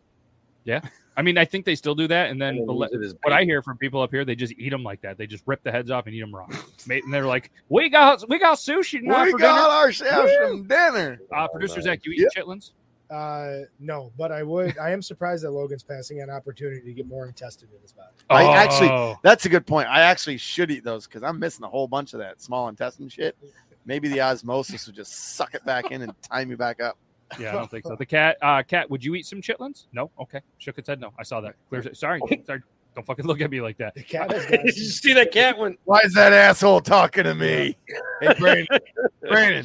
I mean, I think they still do that, and
And
then
Oh,
the
then
le-
use it as
what I
bait.
hear from people up here, they just eat them like that. They just rip the heads off and eat them raw. Ma- and they're like, "We got we got sushi now
we
for
got ourselves some dinner.
dinner." Uh, Producer Zach, you eat chitlins?
Uh, no, but I would. I am surprised that Logan's passing an opportunity to get more intestine in his body.
I
Oh.
actually- That's a good point. I actually should eat those because I'm missing a whole bunch of that small intestine shit. Maybe the osmosis would just suck it back in and tie me back up.
yeah, I don't think so. The cat, uh, cat, would you eat some chitlins? No, okay, shook its head. No, I saw that. Clear.
[laughs]
Sorry, sorry. Don't fucking look at me like that.
The cat has
[laughs]
[laughs]
Did
got
you see that cat one?
Why is that asshole talking to me? Hey, Brandon. [laughs] Brandon,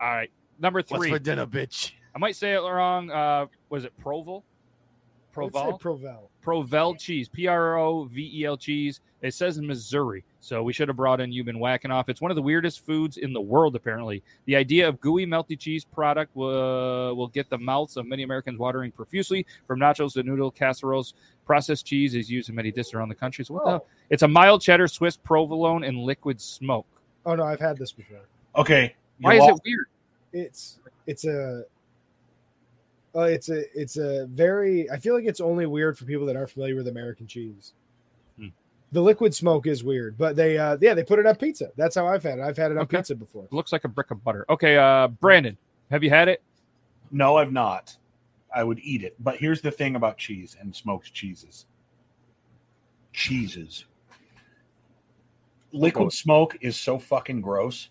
All right, number
what's
three.
for dinner, bitch?
I might say it wrong. Uh, was it Provel?
Let's say
Provel?
Provel.
Provel cheese, P R O V E L cheese. It says in Missouri, so we should have brought in. You've been whacking off. It's one of the weirdest foods in the world, apparently. The idea of gooey, melty cheese product will, will get the mouths of many Americans watering profusely, from nachos to noodle casseroles. Processed cheese is used in many dishes around the country. So what the?
Oh.
It's a mild cheddar, Swiss provolone, and liquid smoke.
oh no, I've had this before.
Okay, you
Why is
lost-
it weird?
It's it's a. Uh, it's a it's a very. I feel like it's only weird for people that aren't familiar with American cheese.
Hmm.
The liquid smoke is weird, but they uh yeah they put it on pizza. That's how I've had it. I've had it on
Okay.
pizza before.
It looks like a brick of butter. Okay, uh, Brandon, have you had it?
No, I've not. I would eat it. But here's the thing about cheese and smoked cheeses. Cheeses. Liquid smoke is so fucking gross.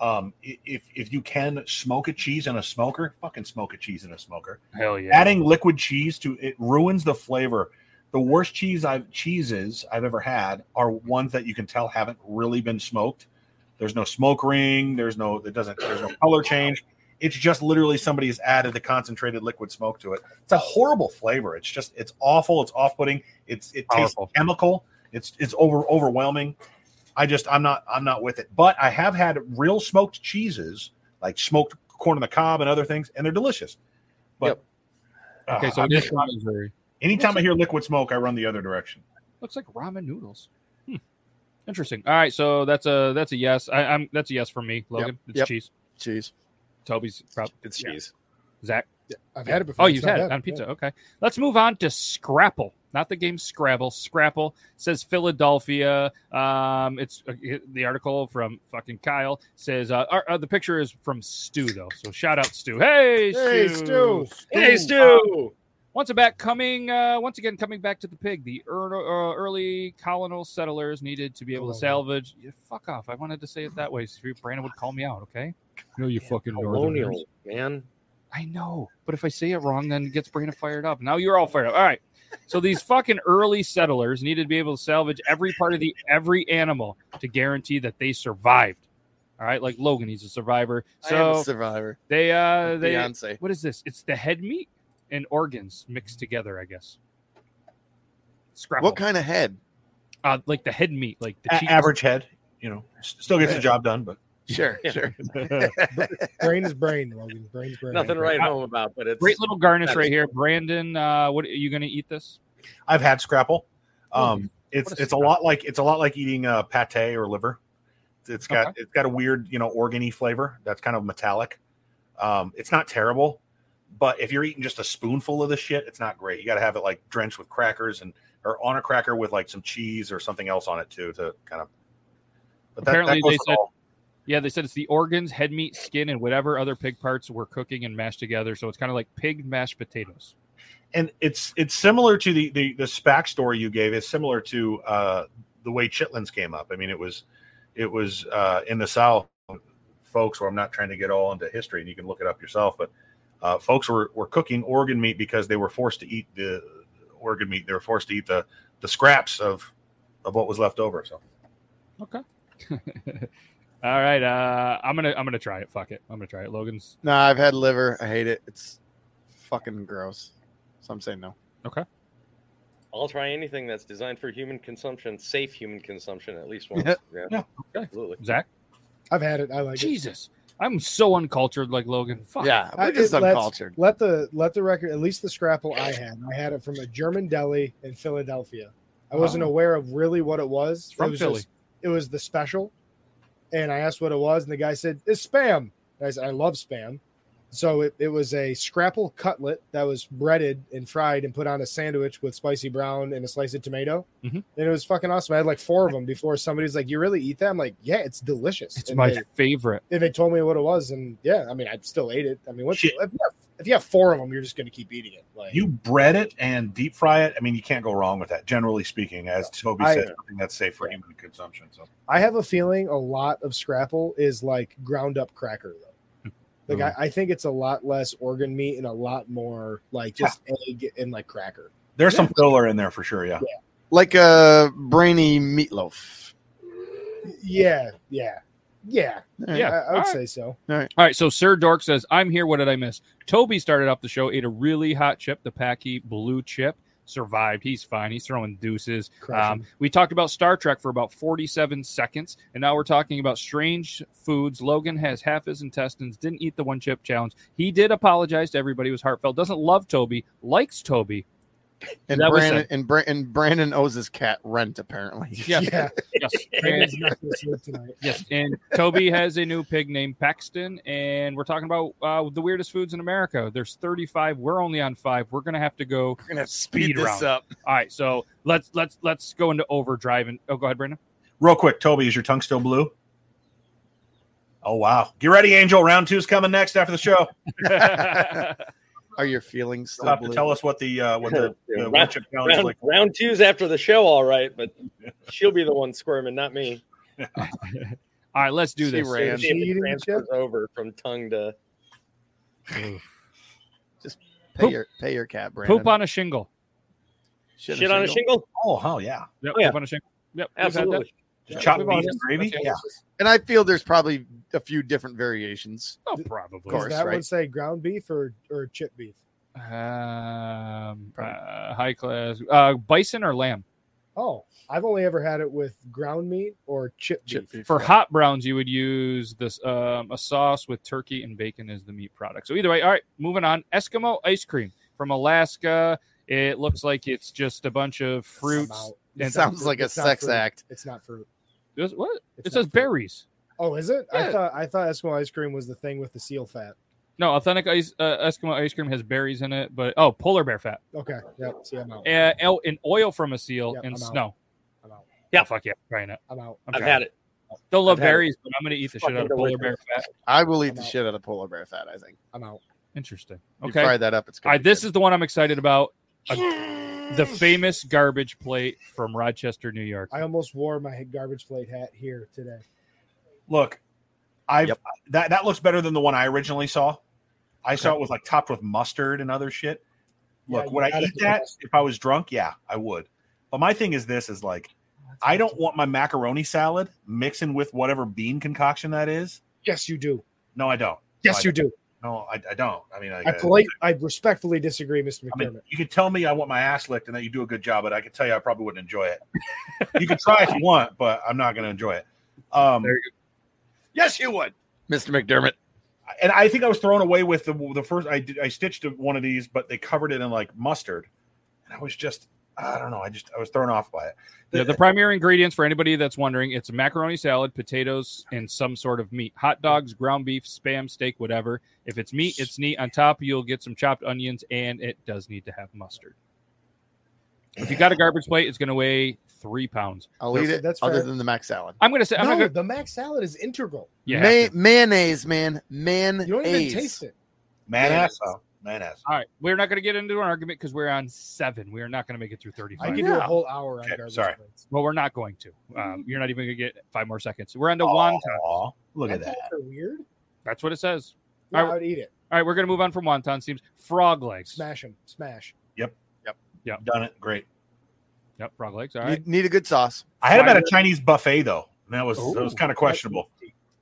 Um, i- if if you can smoke a cheese in a smoker, fucking smoke a cheese in a smoker.
Hell yeah.
Adding liquid cheese to it ruins the flavor. The worst cheese I've cheeses I've ever had are ones that you can tell haven't really been smoked. There's no smoke ring. There's no. It doesn't. There's no color change. It's just literally somebody has added the concentrated liquid smoke to it. It's a horrible flavor. It's just. It's awful. It's off-putting. It's. It
Powerful.
tastes chemical. It's. It's over overwhelming. I just. I'm not. I'm not with it. But I have had real smoked cheeses, like smoked corn on the cob and other things, and they're delicious. But
Yep.
uh,
Okay, so
I'm
it
just
is from Missouri.
Anytime I hear liquid smoke, I run the other direction.
Looks like ramen noodles. Hmm. Interesting. All right, so that's a that's a yes. I, I'm that's a yes for me, Logan. It's
Yep.
cheese.
Cheese.
Toby's prob-
It's
Yeah.
cheese.
Zach.
I've had it before.
Oh,
It's
you've
not
had it
bad.
on pizza. Okay. Let's move on to Scrapple. Not the game Scrabble. Scrapple says Philadelphia. Um, it's uh, it- the article from fucking Kyle says uh, our- uh, the picture is from Stu though. So shout out Stu. Hey,
Hey, Stu.
Hey, Stu.
Once back coming, uh, once again coming back to the pig. The ear uh, early colonial settlers needed to be able to salvage. Yeah, fuck off! I wanted to say it that way. So Brandon would call me out. Okay? No, you fucking northerners.
Colonial, man.
I know, but if I say it wrong, then it gets Brandon fired up. Now you're all fired up. All right. So these fucking early settlers needed to be able to salvage every part of the every animal to guarantee that they survived. All right, like Logan, he's a survivor.
I am a
So
survivor.
they uh
With
they
Beyonce.
what is this? It's the head meat and organs mixed together, I guess. Scrapple.
What kind of head?
Uh, like the head meat, like the
A-
cheek.
average head, you know, s- still gets the job
[laughs]
done, but
Sure, [laughs] sure.
Brain is brain, Logan. Brain's brain.
Nothing to write home about, but it's
Great little garnish right here, Brandon. Uh, what are you gonna eat this?
I've had scrapple. Um, it's
Oh, What a
it's a lot like it's a lot like eating uh, pate or liver. It's got it's got a weird you know organy flavor that's kind of metallic. Um, it's not terrible, but if you're eating just a spoonful of this shit, it's not great. You got to have it like drenched with crackers and or on a cracker with like some cheese or something else on it too to kind of. But
Apparently they
with
said-
all.
Yeah, they said it's the organs, head meat, skin, and whatever other pig parts were cooking and mashed together. So it's kind of like pig mashed potatoes.
and it's it's similar to the the the SPAC story you gave is similar to uh, the way chitlins came up. I mean, it was it was uh, in the South, folks. Where I'm not trying to get all into history, and you can look it up yourself. But uh, folks were were cooking organ meat because they were forced to eat the organ meat. They were forced to eat the the scraps of of what was left over. So
All right, uh, I'm gonna I'm gonna try it. Fuck it, I'm gonna try it. Logan's
No, I've had liver. I hate it. It's fucking gross. So I'm saying no.
I'll try anything that's designed for human consumption, safe human consumption, at least once. Yeah,
Yeah,
okay.
absolutely.
Zach.
I've had it. I like it.
Jesus, I'm so uncultured, like Logan. Fuck.
Yeah, we're
I-
just
it- let's-
uncultured.
Let the let the record. At least the scrapple I had. I had it from a German deli in Philadelphia. I wasn't
Oh.
aware of really what it was.
from
it was
Philly.
just- it was the special, and I asked what it was, and the guy said it's spam. And I said I love spam. So it, it was a scrapple cutlet that was breaded and fried and put on a sandwich with spicy brown and a slice of tomato.
Mhm.
And it was fucking awesome. I had like four of them before somebody's like, You really eat that? I'm like, Yeah, it's delicious.
It's
And
my
they-
favorite.
and they told me what it was, and yeah, I mean, I still ate it. I mean, once you,
Shit.
if, you have, if you have four of them, you're just going to keep eating it. Like,
you bread it and deep fry it. I mean, you can't go wrong with that. Generally speaking, as Toby
I-
said, something that's safe for human consumption. So
I have a feeling a lot of scrapple is like ground up cracker though. Like I, I think it's a lot less organ meat and a lot more like just egg and like cracker.
there's some filler in there for sure. Yeah.
Like a brainy meatloaf.
Yeah, yeah, yeah.
Yeah,
I, I
all
would
right.
say so.
All right, so Sir Dork says, I'm here. What did I miss? Toby started off the show, ate a really hot chip, the Packy Blue Chip, survived. He's fine. He's throwing deuces.
Crushing.
Um, we talked about Star Trek for about 47 seconds, and now we're talking about strange foods. Logan has half his intestines, didn't eat the one chip challenge. He did apologize to everybody, It was heartfelt, doesn't love Toby, likes Toby.
And
That was
Brandon and, Bra- and Brandon owes his cat rent apparently. [laughs]
Yeah.
yeah.
Yes.
[laughs] Brandon's
and,
not gonna sleep tonight.
yes. And Toby has a new pig named Paxton, and we're talking about uh, the weirdest foods in America. There's 35. We're only on five. We're going to have to go.
We're gonna have to speed
Speed
this
round.
up.
All right. So let's let's let's go into overdrive. And oh, go
[laughs]
ahead, Brandon.
Real quick, Toby, is your tongue still blue? Oh wow! Get ready, Angel. Round two's coming next after the show.
Are your feelings
You'll
still
have to
blue?
tell us what the uh, what the,
[laughs] Yeah,
the
round-
chip challenge is
round,
like.
round two's after the show, all right, but she'll be the one squirming, not me.
All right, let's do
She
this.
ran.
See if it
Eating chip?
transfers over from tongue to
Pay
Poop.
your pay your cat, Brandon.
Poop on a shingle.
shit,
Shit
on a shingle.
Oh hell yeah!
Yep,
Oh, yeah.
poop on a shingle. Yep, we've had that.
Absolutely.
Just
Yeah,
chop
we've
beef
always-
and gravy.
that's
Yeah,
And I feel there's probably a few different variations.
Oh, probably.
Of course,
Does that one
right?
say ground beef or or chip beef?
Um, uh, high class. Uh, bison or lamb?
Oh, I've only ever had it with ground meat or chip,
Chip
beef.
beef.
For hot browns, you would use this um, a sauce with turkey and bacon as the meat product. So either way, all right, moving on. Eskimo ice cream from Alaska. It looks like it's just a bunch of
I'm
fruits.
out.
It
It's
[laughs]
not
sounds
fruit.
like a
It's not
sex
fruit.
act.
It's not fruit.
This- What?
It's
It
not
says
fruit.
berries.
Oh, is it?
Yeah.
I thought I thought Eskimo ice cream was the thing with the seal fat.
No, authentic ice, uh, Eskimo ice cream has berries in it, but oh, polar bear fat.
Okay. Yep. See, I'm out.
Uh, el- and oil from a seal
Yep,
and
I'm out.
snow.
I'm out.
Yeah.
Oh, fuck yeah, trying it.
I'm out.
I'm
I've
trying.
had it.
Don't love
I've had it.
berries, but I'm gonna eat the shit
Fucking
out of polar bear
delicious.
fat.
I will eat
I'm
the
out.
shit out of polar bear fat. I think.
I'm out.
Interesting.
You
Okay.
fry that up. It's
All
gonna
right,
be
this
good.
is the one I'm excited about. A- the famous garbage plate from Rochester, New York.
I almost wore my garbage plate hat here today.
look, I've
Yep.
that that looks better than the one I originally saw. I saw it was like topped with mustard and other shit. Look,
Yeah,
would
you
I
gotta
eat
do
that if I was drunk? Yeah, I would. But my thing is this: is like, I don't want my macaroni salad mixing with whatever bean concoction that is.
Yes, you do.
No, I don't.
Yes, you do.
No, I, I don't. I mean, I,
I polite. I respectfully disagree, Mr.
I
McDermott.
mean, you could tell me I want my ass licked and that you do a good job, but I could tell you I probably wouldn't enjoy it. you could try if you want, but I'm not going to enjoy it. Um,
There
yes, you would.
Mr. McDermott.
And I think I was thrown away with the, the first. I did, I stitched one of these, but they covered it in like mustard, and I was just I don't know. I just I was thrown off by it.
Yeah, the primary ingredients for anybody that's wondering, it's macaroni salad, potatoes, and some sort of meat. Hot dogs, ground beef, spam, steak, whatever. If it's meat, it's neat. On top, you'll get some chopped onions, and it does need to have mustard. If you got a garbage plate, it's going to weigh three pounds.
I'll
That's-
eat it.
that's
other
fair.
than the mac salad.
I'm going to say, I'm
no,
not going to.
the mac salad is integral.
Yeah.
May- mayonnaise, man.
You
Mayonnaise.
don't even taste it.
Man
Yeah.
ass, though. man ass.
All right, we're not going to get into an argument because we're on seven. We are not going to make it through
I
thirty-five.
could do a
Yeah.
whole hour on
Okay,
garbage
sorry.
plates.
Well, we're not going to. Um, you're not even going to get five more seconds. We're on to
Aw,
wonton.
look at
I
that.
thought they were weird.
That's what it says.
Yeah,
I-
I would eat it.
All right, we're going to move on from wonton. Seems frog legs.
Smash them. Smash.
Done it. Great.
Yep, frog legs. All
You
right.
need a good sauce.
I had them at a
Why-
Chinese buffet though, and that was that was
Ooh.
kind of questionable.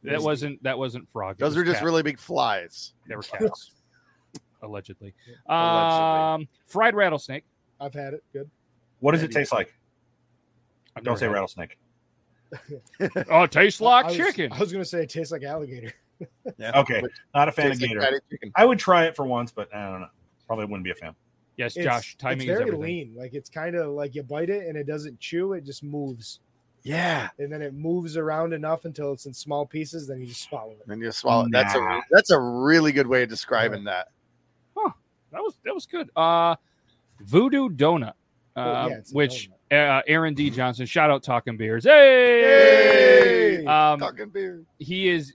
That wasn't that wasn't frog. It
Those
was
were just
cat.
really big flies.
they were cats. Allegedly.
Allegedly.
Um fried rattlesnake.
I've had it. Good.
What does it
Maybe.
taste like?
I've
Don't
never
say
had
rattlesnake.
it. Oh, it tastes like
I was-
chicken.
I was gonna say it tastes like alligator.
Yeah.
Okay, not a fan of
Tastes like
gator.
fatty chicken.
I would try it for once, but I don't know. Probably wouldn't be a fan.
yes,
It's-
Josh. Timing
it's
is
very
everything.
lean. Like it's kind of like you bite it and it doesn't chew. It just moves,
Yeah.
and then it moves around enough until it's in small pieces. Then you just swallow it.
And you swallow. it. That's
Nah.
a that's a really good way of describing that.
That was that was good. Uh Voodoo Donut.
Well,
Uh,
Oh, yeah, it's a
which
donut.
uh, Aaron D. Johnson, shout out Talking Beers. Hey!
Hey!
Um,
Talking beer.
he is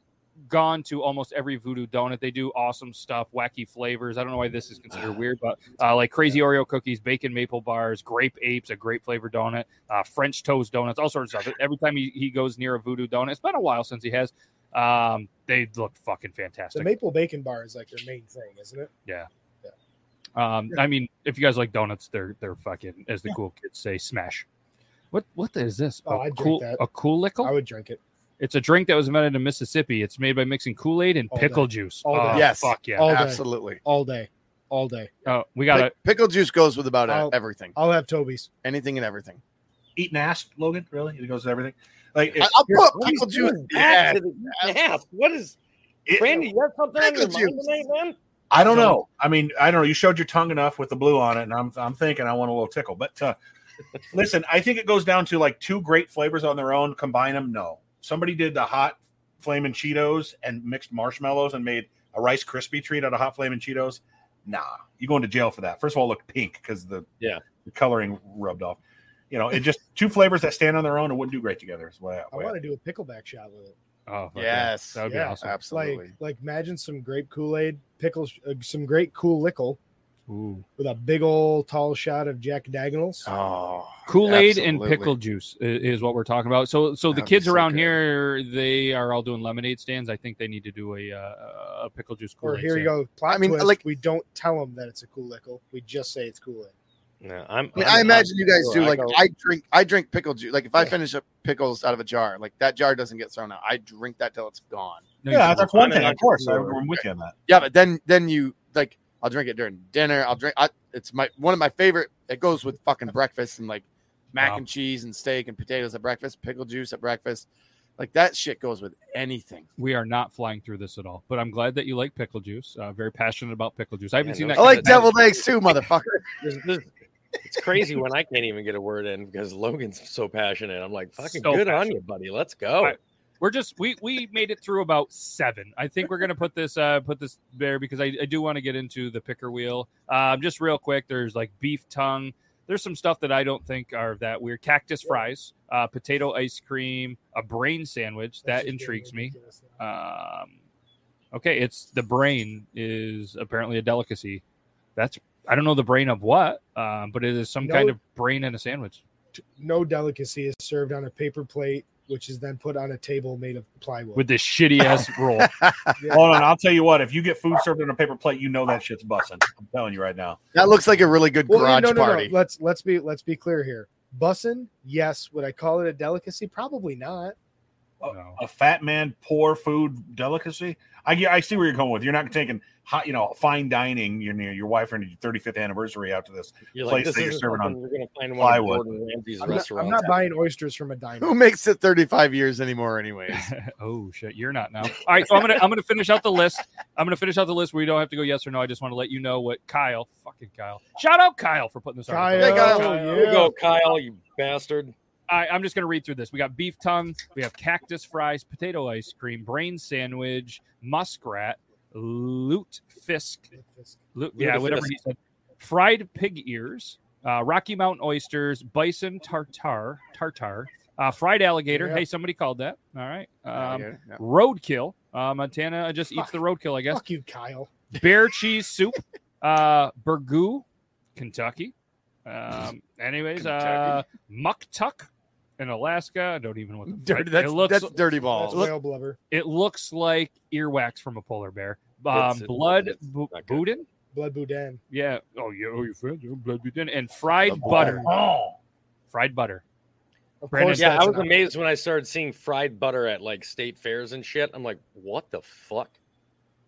gone to almost every voodoo donut they do awesome stuff wacky flavors i don't know why this is considered weird but uh, like crazy oreo cookies bacon maple bars grape apes a grape flavored donut uh, french toast donuts all sorts of stuff every time he, he goes near a voodoo donut it's been a while since he has um, they look fucking
The
fantastic
maple bacon bar is like their main thing, isn't it?
um, i mean if you guys like donuts they're they're fucking as the cool kids say smash what what is this
Oh,
a
I'd drink
cool
that.
a cool lickle
I would drink it.
It's a drink that was invented in Mississippi. It's made by mixing Kool Aid and
All day.
pickle juice.
All
oh,
day.
Yes.
fuck yeah!
All day.
Absolutely.
all day, all day.
Oh, we got it.
Pick- pickle juice goes with about
I'll-
everything,
I'll have Toby's.
anything and everything.
Eating ass, Logan? Really? It goes with everything. Like
I,
if,
I'll
What
put
are you
pickle juice.
doing?
in ass.
Half to the- half. What is
it-
Brandy? You have something on your
Pickle
mind
juice.
tonight, man?
I don't know. I mean, I don't know. You showed your tongue enough with the blue on it, and I'm I'm thinking I want a little tickle. But uh, listen, I think it goes down to like two great flavors on their own. Combine them? No. Somebody did the hot flaming Cheetos and mixed marshmallows and made a Rice Krispie treat out of hot flaming Cheetos. Nah, you going to jail for that. First of all, it looked pink because the
Yeah.
the coloring rubbed off. You know, it just two flavors that stand on their own and wouldn't do great together. Is what I,
I
what I-
want to do a pickleback shot with it.
Oh, fuck
Yes.
that would be
Yeah.
awesome.
Like,
Absolutely.
like imagine some grape Kool Aid, pickles, uh, some great cool lickle,
Ooh.
with a big old tall shot of Jack Diagonals.
Ah,
Oh,
Kool Aid and
absolutely.
pickle juice i- is what we're talking about. So, so the
That'd be
kids
so
around
good.
here, they are all doing lemonade stands. I think they need to do a uh, a pickle juice Kool
or
Aid.
here you go. Plot
I mean,
twist,
like-
we don't tell them that it's a cool lickle. We just say it's cool.
No, I'm,
I, mean, I imagine you guys do. Like
go-
I drink, I drink pickle juice. Like if I finish up pickles out of a jar, like that jar doesn't get thrown out. I drink that till it's gone.
Yeah, that's one
I'm an
thing. Of course, I,
entrepreneur.
am with you on that.
Yeah, but then then you like I'll drink it during dinner. I'll drink. I, it's my one of my favorite. It goes with fucking breakfast and like mac
Wow.
and cheese and steak and potatoes at breakfast, pickle juice at breakfast. Like that shit goes with anything.
we are not flying through this at all. But I'm glad that you like pickle juice. Uh, very passionate about pickle juice. I haven't
Yeah,
seen
no
that.
I
shit.
kind
like
of-
deviled eggs too, motherfucker.
This- this- it's crazy when I can't even get a word in because Logan's so passionate. I'm like, fucking
So
good on
passionate.
you, buddy. Let's go.
I- We're just we we made it through about seven. I think we're gonna put this uh put this there because I, I do want to get into the picker wheel. Um, just real quick, there's like beef tongue. There's some stuff that I don't think are that weird. Cactus fries, uh, potato ice cream, a brain sandwich that intrigues me.
Uh,
Um, okay, it's the brain is apparently a delicacy. That's I don't know the brain of what, um, but it is some
No.
kind of brain in a sandwich.
No delicacy is served on a paper plate, which is then put on a table made of plywood.
with this shitty ass roll.
Hold on, I'll tell you what. If you get food served on a paper plate, you know that shit's busting. I'm telling you right now.
[laughs] That looks like a really good
Well,
garage
no, no,
party.
no. Let's let's be let's be clear here. Bussin, yes. Would I call it a delicacy? Probably not.
No.
A fat man, poor food delicacy. I get- I see where you're going with. You're not taking hot, you know, fine dining. Your near your wife and your 35th anniversary out to this.
You're
place that
this
you're
isn't
serving on
something We're gonna find one of
plywood.
Gordon Ramsay's
I'm not,
restaurants.
I'm not buying oysters from a diner.
Who makes it 35 years anymore, [laughs] anyways?
oh shit, you're not now. All right, so I'm gonna I'm gonna finish out the list. I'm gonna finish out the list where you don't have to go yes or no. I just want to let you know what Kyle, fucking Kyle, shout out Kyle for putting this on.
Kyle,
Hey, Kyle.
Here we
yeah.
go, Kyle, you bastard.
I, I'm just going to read through this. We got beef tongue, we have cactus fries, potato ice cream, brain sandwich, muskrat, lute fisk, lu- yeah, whatever he said, fried pig ears, uh, Rocky Mountain oysters, bison tartar, tartar, uh, fried alligator.
Yeah.
Hey, somebody called that. All right. Um,
Yeah,
[laughs]
yeah.
roadkill. Uh, Montana just eats the roadkill, I guess.
Fuck you, Kyle.
Bear cheese soup. Uh, burgoo, Kentucky. Um, anyways, uh, mucktuck in Alaska. I don't even know what the
Dirty,
frick-
that's,
it looks.
that's dirty
That's
balls.
whale blubber.
it looks like earwax from a polar bear.
It's-
Um,
it-
blood
it's
bu-
not good.
boudin.
Blood boudin.
Yeah. Oh, yeah. Oh, you found your blood boudin and fried
The
butter.
Oh,
Fried butter.
Of
Brandon,
course,
Yeah,
that's
I was
an-
amazed when I started seeing fried butter at like state fairs and shit. I'm like, what the fuck?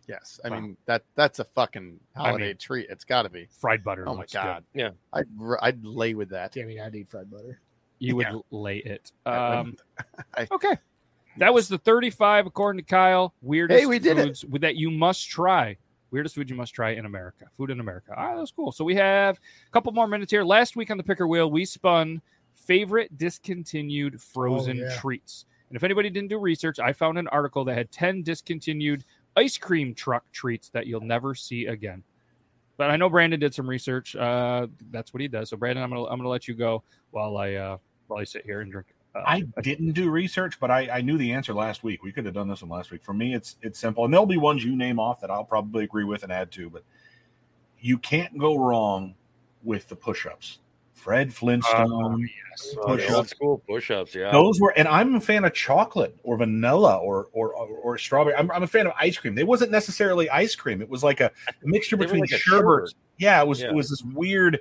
Yes, I mean that that's a fucking
I
holiday
mean-
treat. It's got to be.
Fried butter.
Oh my
looks good.
god.
Yeah.
I'd r- I'd lay with that.
I mean, I'd eat fried butter.
you would
Yeah.
lay it.
I
Um,
[laughs] I-
okay. That was the 35, according to Kyle. Weirdest
we did it.
foods with- that you must try. Weirdest food you must try in America. Food in America. All right, that's cool. So we have a couple more minutes here. Last week on the picker wheel, we spun favorite discontinued frozen
Oh,
yeah.
treats. And if anybody didn't do research, I found an article that had 10 discontinued ice cream truck treats that you'll never see again. But I know Brandon did some research. Uh, that's what he does. So Brandon, I'm gonna I'm gonna let you go while I uh, while I sit here and drink. Uh,
I didn't do research, but I, I knew the answer last week. We could have done this one last week. For me, it's it's simple, and there'll be ones you name off that I'll probably agree with and add to. But you can't go wrong with the push-ups. Fred Flintstone,
yes.
Oh, the
Push-ups.
old school push-ups, yeah.
Those were, and I'm a fan of chocolate or vanilla or or or, or strawberry. I'm, I'm a fan of ice cream. They wasn't necessarily ice cream. It was like a mixture
They were
between
like a
sherbet.
sherbet.
Yeah, it was
Yeah.
it was this weird,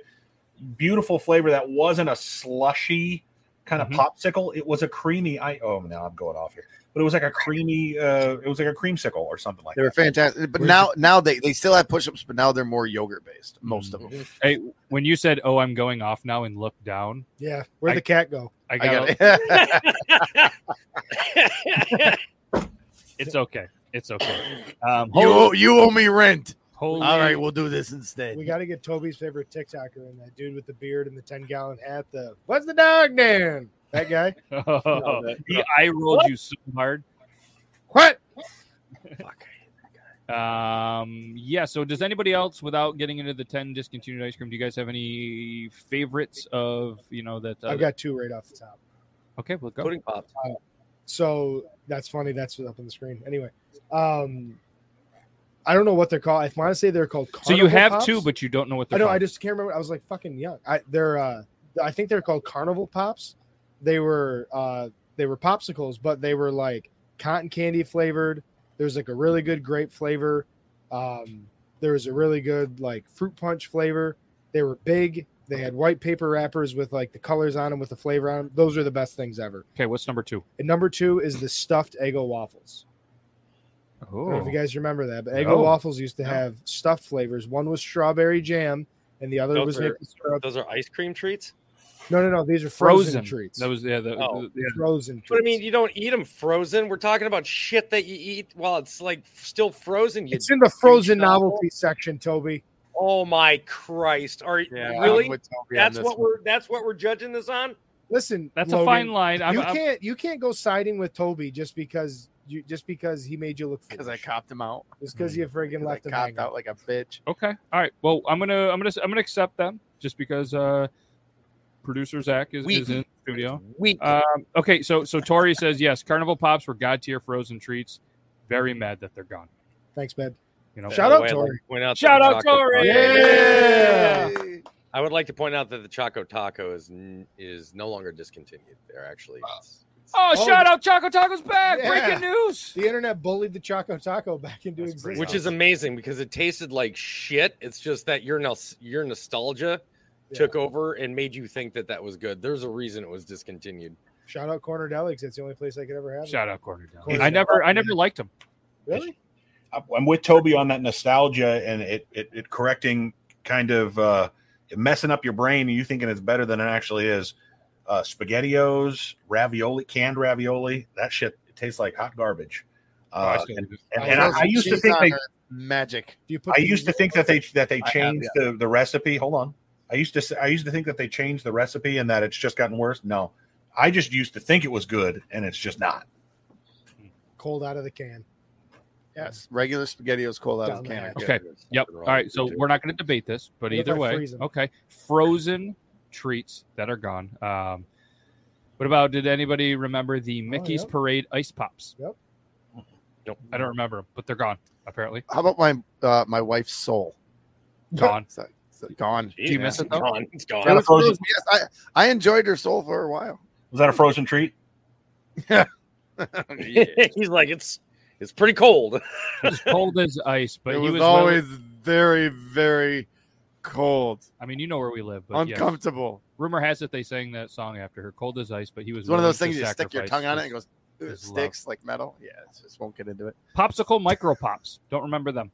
beautiful flavor that wasn't a slushy kind of
Mm-hmm.
Mhm.
popsicle. It was a creamy. I oh now I'm going off here, but it was like a creamy. Uh, it was like a creamsicle or something like
They were
that.
fantastic. But now now they they still have push-ups, but now they're more yogurt based. Most of them.
Hey, when you said, "Oh, I'm going off now and look down,"
Yeah, where'd
I-
the cat go?
I
I
got,
got it.
[laughs] it's okay. It's okay. Um,
[laughs] you
holy,
owe, you owe me rent.
holy,
All right, we'll do this instead.
We got to get Toby's favorite TikToker and that dude with the beard and the ten gallon hat. The what's the dog doing? That guy.
Oh,
[laughs] He- I rolled you so hard.
What?
[laughs] Um, yeah. So, does anybody else, without getting into the ten discontinued ice cream, do you guys have any favorites of you know that? Uh,
I've got two right off the top.
okay, well, go.
pudding pops.
So that's funny. That's what's up on the screen. Anyway, um, I don't know what they're called. I want to say they're called.
So you
carnival
have
pops.
two, but you don't know what
I
they're
know.
called.
I just can't remember. I was like fucking young. I they're uh I think they're called carnival pops. They were uh they were popsicles, but they were like cotton candy flavored. There's like a really good grape flavor. Um there was a really good like fruit punch flavor. They were big. They had white paper wrappers with like the colors on them with the flavor on them. Those are the best things ever.
okay, what's number two?
And number two is the stuffed Eggo waffles. I don't know if you guys remember that, but Eggo
Oh. No.
waffles used to
No.
have stuffed flavors. One was strawberry jam, and the other
Those
was
are-
maple syrup.
Those are ice cream treats.
No, no, no. These are frozen,
Frozen
treats.
That was yeah. The,
Oh.
the- yeah.
frozen. Treats.
But I mean, you don't eat them frozen. We're talking about shit that you eat while it's like still frozen. You,
it's in the frozen
novel.
novelty section, Toby.
oh my Christ! Are
Yeah,
really?
I'm with Toby on
That's
this
what
one.
we're that's what we're judging this on.
Listen,
That's a
Logan,
fine line. I'm,
you
I'm-
can't you can't go siding with Toby just because you just because he made you look
because I
foolish.
copped him out.
just
Mm.
because you friggin'
'Cause I
left him
copped
hanging.
out like a bitch.
okay. All right. Well, I'm gonna I'm gonna I'm gonna accept them just because uh, producer Zach is,
We-
is in the
[laughs]
studio.
We
Um, okay, so so Tori says yes. Carnival pops were god tier frozen treats. Very mad that they're gone.
Thanks, man.
You know.
Shout out Tory.
Point out that
Shout
the
out
Choco
Tory!
Taco-
Yeah.
I would like to point out that the Choco Taco is n- is no longer discontinued. They're actually it's- it's-
Oh,
Oh.
shout out Choco Taco's back!
Yeah.
Breaking news.
The internet bullied the Choco Taco back into
That's
existence.
pretty
which is amazing because it tasted like shit. It's just that your nos- your nostalgia
Yeah.
took over and made you think that that was good. There's a reason it was discontinued.
shout out Corner Delics. That's the only place I could ever have. it.
Shout out Corner Deli.
Corner
I
Deli.
never I never liked him.
Really?
I'm with Toby on that nostalgia and it it, it correcting kind of uh, messing up your brain and you thinking it's better than it actually is. Uh, SpaghettiOs, ravioli, canned ravioli, that shit it tastes like hot garbage.
Oh,
Oh,
Uh, and and, and I, I
Frozen
used to
cheese
think
on
they,
her, magic.
Do you put
I used to think that they that
I
they
have,
changed the, the recipe. Hold on, I used to s- I used to think that they changed the recipe and that it's just gotten worse. No, I just used to think it was good and it's just not.
cold out of the can.
Yes, regular SpaghettiOs cold out of the can.
Dumbass.
Okay. Yep. All right. So we're not going to debate this, but
What if
either
I
way,
freeze 'em?
okay. Frozen treats that are gone. Um, what about? Did anybody remember the Mickey's
Oh, yep.
Parade ice pops?
Yep.
Nope. I don't remember, 'em, but they're gone.
[laughs]
Apparently,
How about my uh, my wife's soul?
gone.
Is that- is that gone.
Do
you miss
it, though?
Gone. It's
It
gone.
Yeah.
was
frozen.
frozen. Yes, I, I enjoyed her soul for a while.
Was that a frozen treat?
[laughs] He's like, it's it's pretty cold.
As cold as ice, but
it
he
was,
was willing-
always very, very cold,
I mean, you know where we live, but yeah.
uncomfortable.
rumor has it they sang that song after her, "Cold as Ice," but he was
It's one of
willing
those
to
things you stick your
sacrifice
tongue on it and it
his-
goes, "Ooh, it
his love.
sticks like metal. Yeah, it's just won't get into it.
popsicle micro pops. Don't remember them.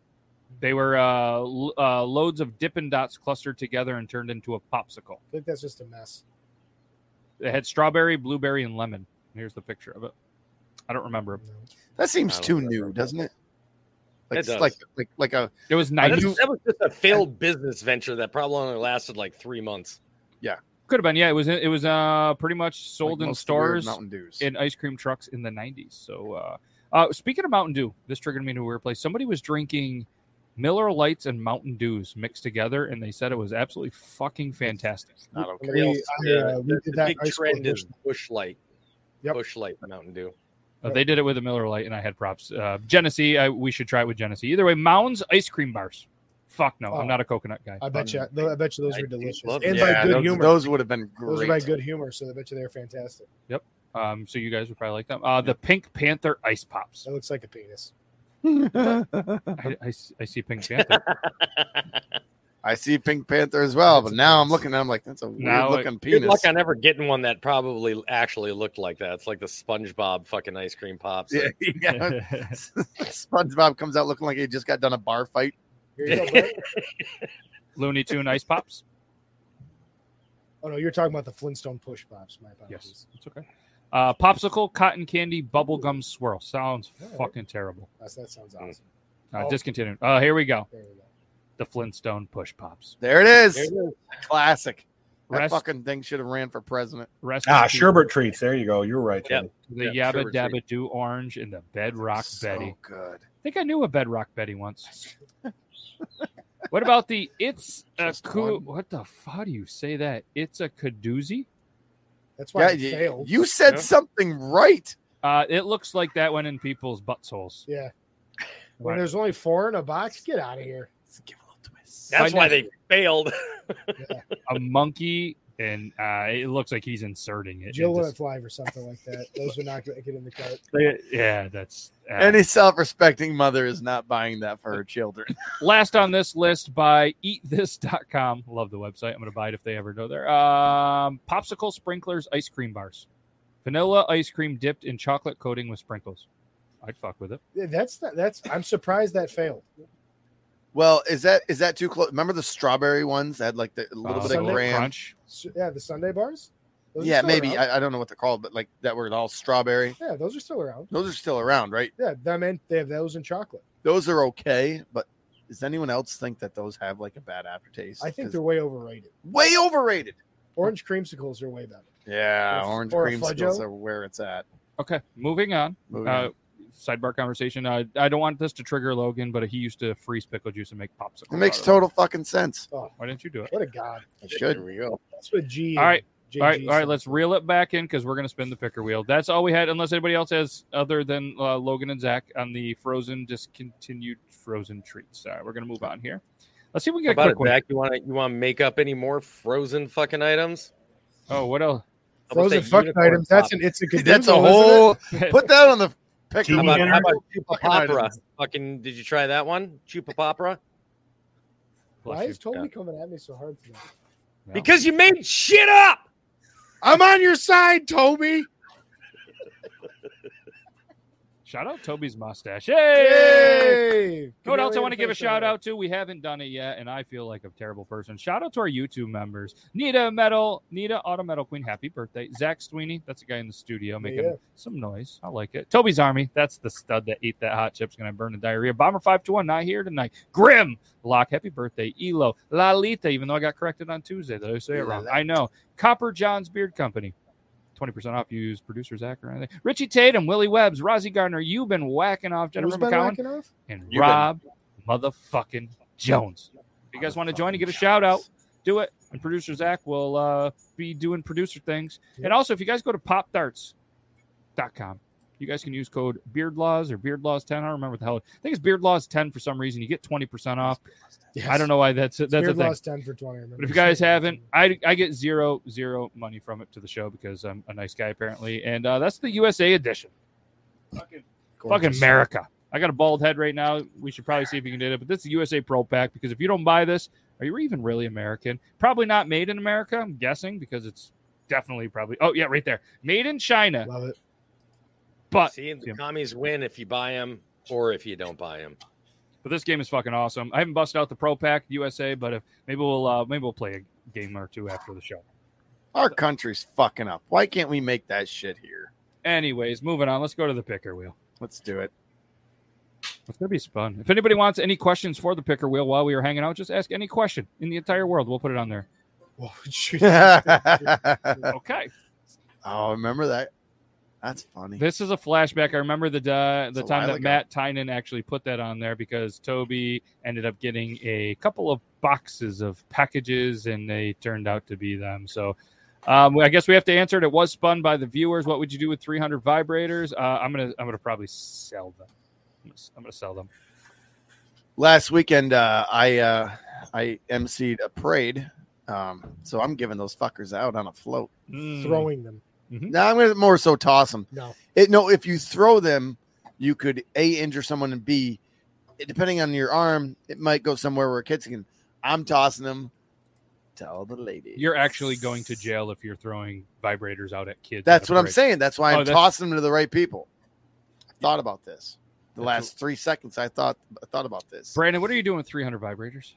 They were uh, l- uh, loads of Dippin' Dots clustered together and turned into a popsicle.
I think that's just a mess.
It had strawberry, blueberry, and lemon. Here's the picture of it. I don't remember.
That seems
I don't
too
remember.
new, doesn't it? Like,
It does.
like, like, like a
It was
I
That's-
ninety.
knew-
that was just a failed business venture that probably only lasted like three months.
Could have been. Yeah, it was. It was uh, pretty much sold
like
in
most weird
stores
Mountain Dews.
in ice cream trucks in the '90s. So, uh, uh, speaking of Mountain Dew, this triggered me to a weird place. Somebody was drinking Miller Lights and Mountain Dews mixed together, and they said it was absolutely fucking fantastic.
Not okay.
We, I, uh, we
the
did that
big
high school
trend is
edition.
bush light.
Yep.
Bush light Mountain Dew.
Uh, they did it with a Miller Lite, and I had props. Uh, Genesee, I, we should try it with Genesee. Either way, Mounds ice cream bars. Fuck no,
Oh.
I'm not a coconut guy.
I bet you. I bet you those
I
were
do
delicious,
love
and
them.
by
yeah,
good
those,
humor.
those would have been
Those
great.
are by good humor, so I bet you they're fantastic.
Um, so you guys would probably like them. Uh, the Pink Panther ice pops.
That looks like a penis.
I, I s- I see Pink Panther.
[laughs] I see Pink Panther as well, but now I'm looking and I'm like, that's a weird
Now it-
looking
Good luck
penis.
on ever getting one that probably actually looked like that. It's like the SpongeBob fucking ice cream pops.
Yeah, yeah. [laughs] SpongeBob comes out looking like he just got done a bar fight.
Here you go,
[laughs]
Brett.
[laughs] Looney Tune ice pops.
oh no, you're talking about the Flintstone push pops. My apologies.
Yes, it's okay. Uh, popsicle, cotton candy, bubblegum swirl. Sounds
All right.
fucking terrible.
That's, that sounds
Mm.
awesome.
Uh,
Oh.
Discontinued. Uh, here we go.
There we go.
The Flintstone push pops.
There it is.
There it is.
Classic. That
Rest,
fucking thing should have ran for president.
rest in
Ah,
peace.
sherbet treats. There you go. You're right.
Yeah.
Tony.
The
Yeah,
Yabba
sherbet
Dabba
treat.
Doo orange and the Bedrock
so
Betty.
good.
I think I knew a bedrock Betty once. what about the it's a
Just
cool?
one.
What the fuck? How do you say that? It's a kadoozy.
That's why
Yeah,
it
you,
failed.
you said
Yeah.
something right.
Uh, it looks like that one in people's buttholes.
yeah, When
Right.
there's only four in a box, get out of here.
Give a little twist.
That's
Right
why
now-
they failed.
a monkey, and uh, it looks like he's inserting it.
Jill
into-
went live or something like that. Those would not get get in the cart.
yeah, that's uh,
Any self-respecting mother is not buying that for her children. [laughs]
Last on this list by eatthis.com. Love the website. I'm going to buy it if they ever go there. Um, popsicle sprinklers, ice cream bars. Vanilla ice cream dipped in chocolate coating with sprinkles. I'd fuck with it.
Yeah, That's not, that's. I'm surprised that failed.
Well, is that is that too close? Remember the strawberry ones that had like the, a little
Uh,
bit of
Sunday
graham.
crunch.
S- Yeah, the Sunday bars. Those are
Yeah,
still
maybe
around.
I, I don't know what they're called, but like that were all strawberry.
Yeah, those are still around.
Those are still around, right?
Yeah, them and they have those in chocolate.
Those are okay, but does anyone else think that those have like a bad aftertaste?
I think
'Cause
they're way overrated.
way overrated.
Orange creamsicles are way better.
Yeah,
[laughs]
Or-
orange
or a
cream
Fudgo?
skills are where it's at.
Okay, moving on.
Moving
Uh,
on.
sidebar conversation. Uh, I don't want this to trigger Logan, but he used to freeze pickle juice and make popsicle.
It makes
out of
total fucking sense.
Why didn't you do it?
What a god.
It should.
we go.
That's what G.
All right,
and
all right,
JG
all right.
said.
Let's reel it back in because we're going to spin the picker wheel. That's all we had, unless anybody else has other than uh, Logan and Zach on the frozen discontinued frozen treats. All right, we're going to move on here. Let's see if we
How
can get
about
a
it,
quick one.
Zach? You want to you want to make up any more frozen fucking items?
Oh, what else?
How about
Frozen
that
fuck
unicorn
items. That's
pop?
an
[laughs]
it's a
That's a
Gadoozle, isn't it?
whole. Put that on the picker.
How
Team
about,
wheel.
how
dinner?
about
Fucking
chupapapra? Fucking, did you try that one? Chupapapra?
Why is
Yeah.
Toby coming at me so hard today?
No.
Because you made shit up.
I'm on your side, Toby.
shout out Toby's mustache. Hey!
Hey.
You know what else I want to give a shout out to? We haven't done it yet, and I feel like a terrible person. Shout out to our YouTube members: Nita Metal, Nita Auto Metal Queen. Happy birthday, Zach Sweeney. That's a guy in the studio making
yeah.
some noise. I like it. Toby's Army. That's the stud that ate that hot chip's gonna burn the diarrhea. Bomber five two one not here tonight. Grim Lock. Happy birthday, Elo Lalita. Even though I got corrected on Tuesday, that I say it wrong. I know. Copper John's Beard Company. 20% off. Use producer Zach or anything. Richie Tatum, Willie Webbs, Rosie Gardner. You've been whacking off
Who's
Jennifer
been
McCowan
whacking off?
and
You
Rob motherfucking Jones. If you guys want to join and get a shout out, do it. And producer Zach will uh, be doing producer things. And also, if you guys go to popdarts.com, you guys can use code BeardLaws or BeardLaws10. I don't remember what the hell. it- I think it's BeardLaws10 for some reason. You get 20% off. I don't know why that's that's
Beard
a thing.
lost ten for twenty. I remember.
But if you guys haven't, I, I get zero, zero money from it to the show because I'm a nice guy, apparently. And uh, that's the USA edition. Fucking America. I got a bald head right now. We should probably see if you can do it. But this is the USA Pro Pack because if you don't buy this, are you even really American? Probably not made in America, I'm guessing, because it's definitely probably. Oh, yeah, right there. Made in China.
love it.
But
See, the
Yeah.
commies win if you buy them or if you don't buy them.
but this game is fucking awesome. I haven't busted out the Pro Pack USA, but if maybe we'll uh, maybe we'll play a game or two after the show.
Our country's fucking up. Why can't we make that shit here?
Anyways, moving on. Let's go to the picker wheel.
Let's do
[laughs]
it. [laughs]
It's gonna be fun. If anybody wants any questions for the picker wheel while we were hanging out, just ask any question in the entire world. We'll put it on there.
[laughs] What would you-
oh,
Okay.
remember that? That's funny.
This is a flashback. I remember the uh,
It's
the
a
time
while
that
ago.
Matt Tynan actually put that on there because Toby ended up getting a couple of boxes of packages and they turned out to be them. So um, I guess we have to answer it. It was spun by the viewers. What would you do with 300 vibrators? Uh, I'm gonna I'm gonna probably sell them. I'm gonna, I'm gonna sell them.
last weekend uh, I uh, I emceed a parade, um, so I'm giving those fuckers out on a float.
Mm.
Throwing them.
Now I'm gonna more so toss them.
No.
It, no, if you throw them, you could a injure someone and b, it- depending on your arm, it might go somewhere where kids can. I'm tossing them. Tell the lady
You're actually going to jail if you're throwing vibrators out at kids.
That's
at a
what I'm
parade.
saying. That's why I'm
Oh, that's-
tossing them to the right people. I thought about this. The
That's
last three seconds, I thought I thought about this.
Brandon, what are you doing with 300 vibrators?